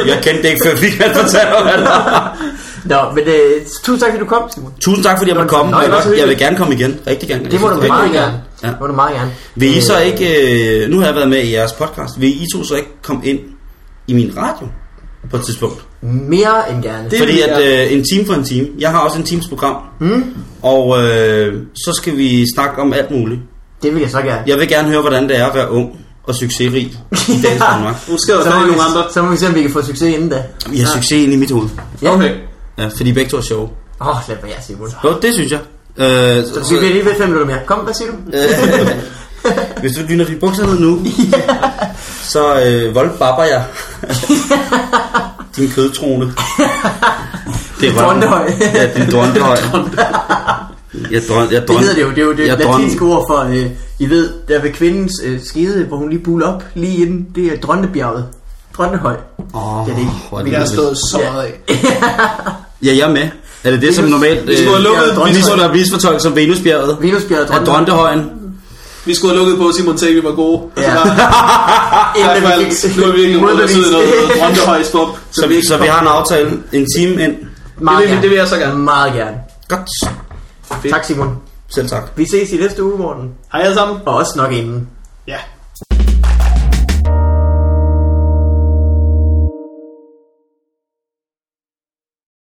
S3: jeg kendte det ikke, før vi kan fortælle om det.
S1: Nå, men øh, tusind tak, fordi du kom, Simon.
S3: Tusind tak, fordi jeg måtte komme.
S1: Nå,
S3: jeg,
S1: det var så
S3: vil, jeg vil gerne komme igen. Rigtig gerne.
S1: Det må du
S3: Rigtig
S1: meget
S3: gerne.
S1: gerne.
S3: Ja.
S1: Det må du meget gerne.
S3: Vil I så ikke... Øh, nu har jeg været med i jeres podcast. Vil I to så ikke komme ind i min radio på et tidspunkt?
S1: Mere end gerne.
S2: Det-
S1: Det...
S3: Fordi
S2: vil
S3: at øh, en time for en time. Jeg har også en times program.
S1: Hmm?
S3: Mm. Og øh, så skal vi snakke om alt muligt.
S1: det vil jeg så gerne.
S3: Jeg vil gerne høre, hvordan det er at være ung og succesrig i dagens
S1: Ja.
S3: Danmark.
S2: Nu skal der
S1: Så, må
S2: stadig
S1: vi,
S2: nogle andre.
S1: så må vi se, om vi kan få succes inden da.
S3: Vi har succes ind i mit hoved.
S1: Ja.
S2: Okay.
S3: Ja, fordi begge to er sjove.
S1: Åh, oh, lad mig jer, Simon.
S3: Jo, det synes jeg. Øh, så,
S1: Så vi bliver lige ved fem minutter mere. Kom, hvad siger du?
S3: øh, hvis du lyner dine bukser ned nu, så øh, voldbapper jeg din kødtrone. Det
S1: Din drondehøj.
S3: Ja, din drondehøj. Jeg drøn, jeg
S1: Det
S3: drøn,
S1: hedder det jo. Det er jo det
S3: jeg
S1: latinske
S3: drøn,
S1: ord for, øh, I ved, der ved kvindens øh, skide, hvor hun lige buler op lige inden, det er drøndebjerget. Drøndehøj.
S3: Åh,
S1: det er det ikke.
S3: hvor er det
S2: Jeg har stået så
S1: Ja.
S2: meget af.
S3: Ja, jeg er med. Er det det, som normalt... øh,
S2: Vi skulle have lukket,
S1: Ja,
S3: vi
S1: Drøndehøj.
S3: skulle have misfortolket som Venusbjerget.
S1: Venusbjerget
S3: Er
S1: drøndehøj.
S3: Drondehøjen.
S2: vi skulle have lukket på, at Simon sagde, at vi var gode. Og så
S1: Ja.
S2: var-
S1: Inden
S2: Tak for
S1: vi
S2: alt.
S1: fik-
S2: Nu er vi virkelig
S1: modbevist.
S2: undersøget noget Rondehøjsbop.
S3: Så vi, så vi har en aftale. En time ind.
S1: Meget
S2: Det vil-
S1: gerne.
S2: det vil jeg så gerne.
S1: Meget gerne.
S3: Godt.
S1: Tak Simon.
S3: Selv tak.
S1: Vi ses i næste uge, morgen.
S2: Hej alle sammen.
S1: Og også nok inden.
S2: Ja.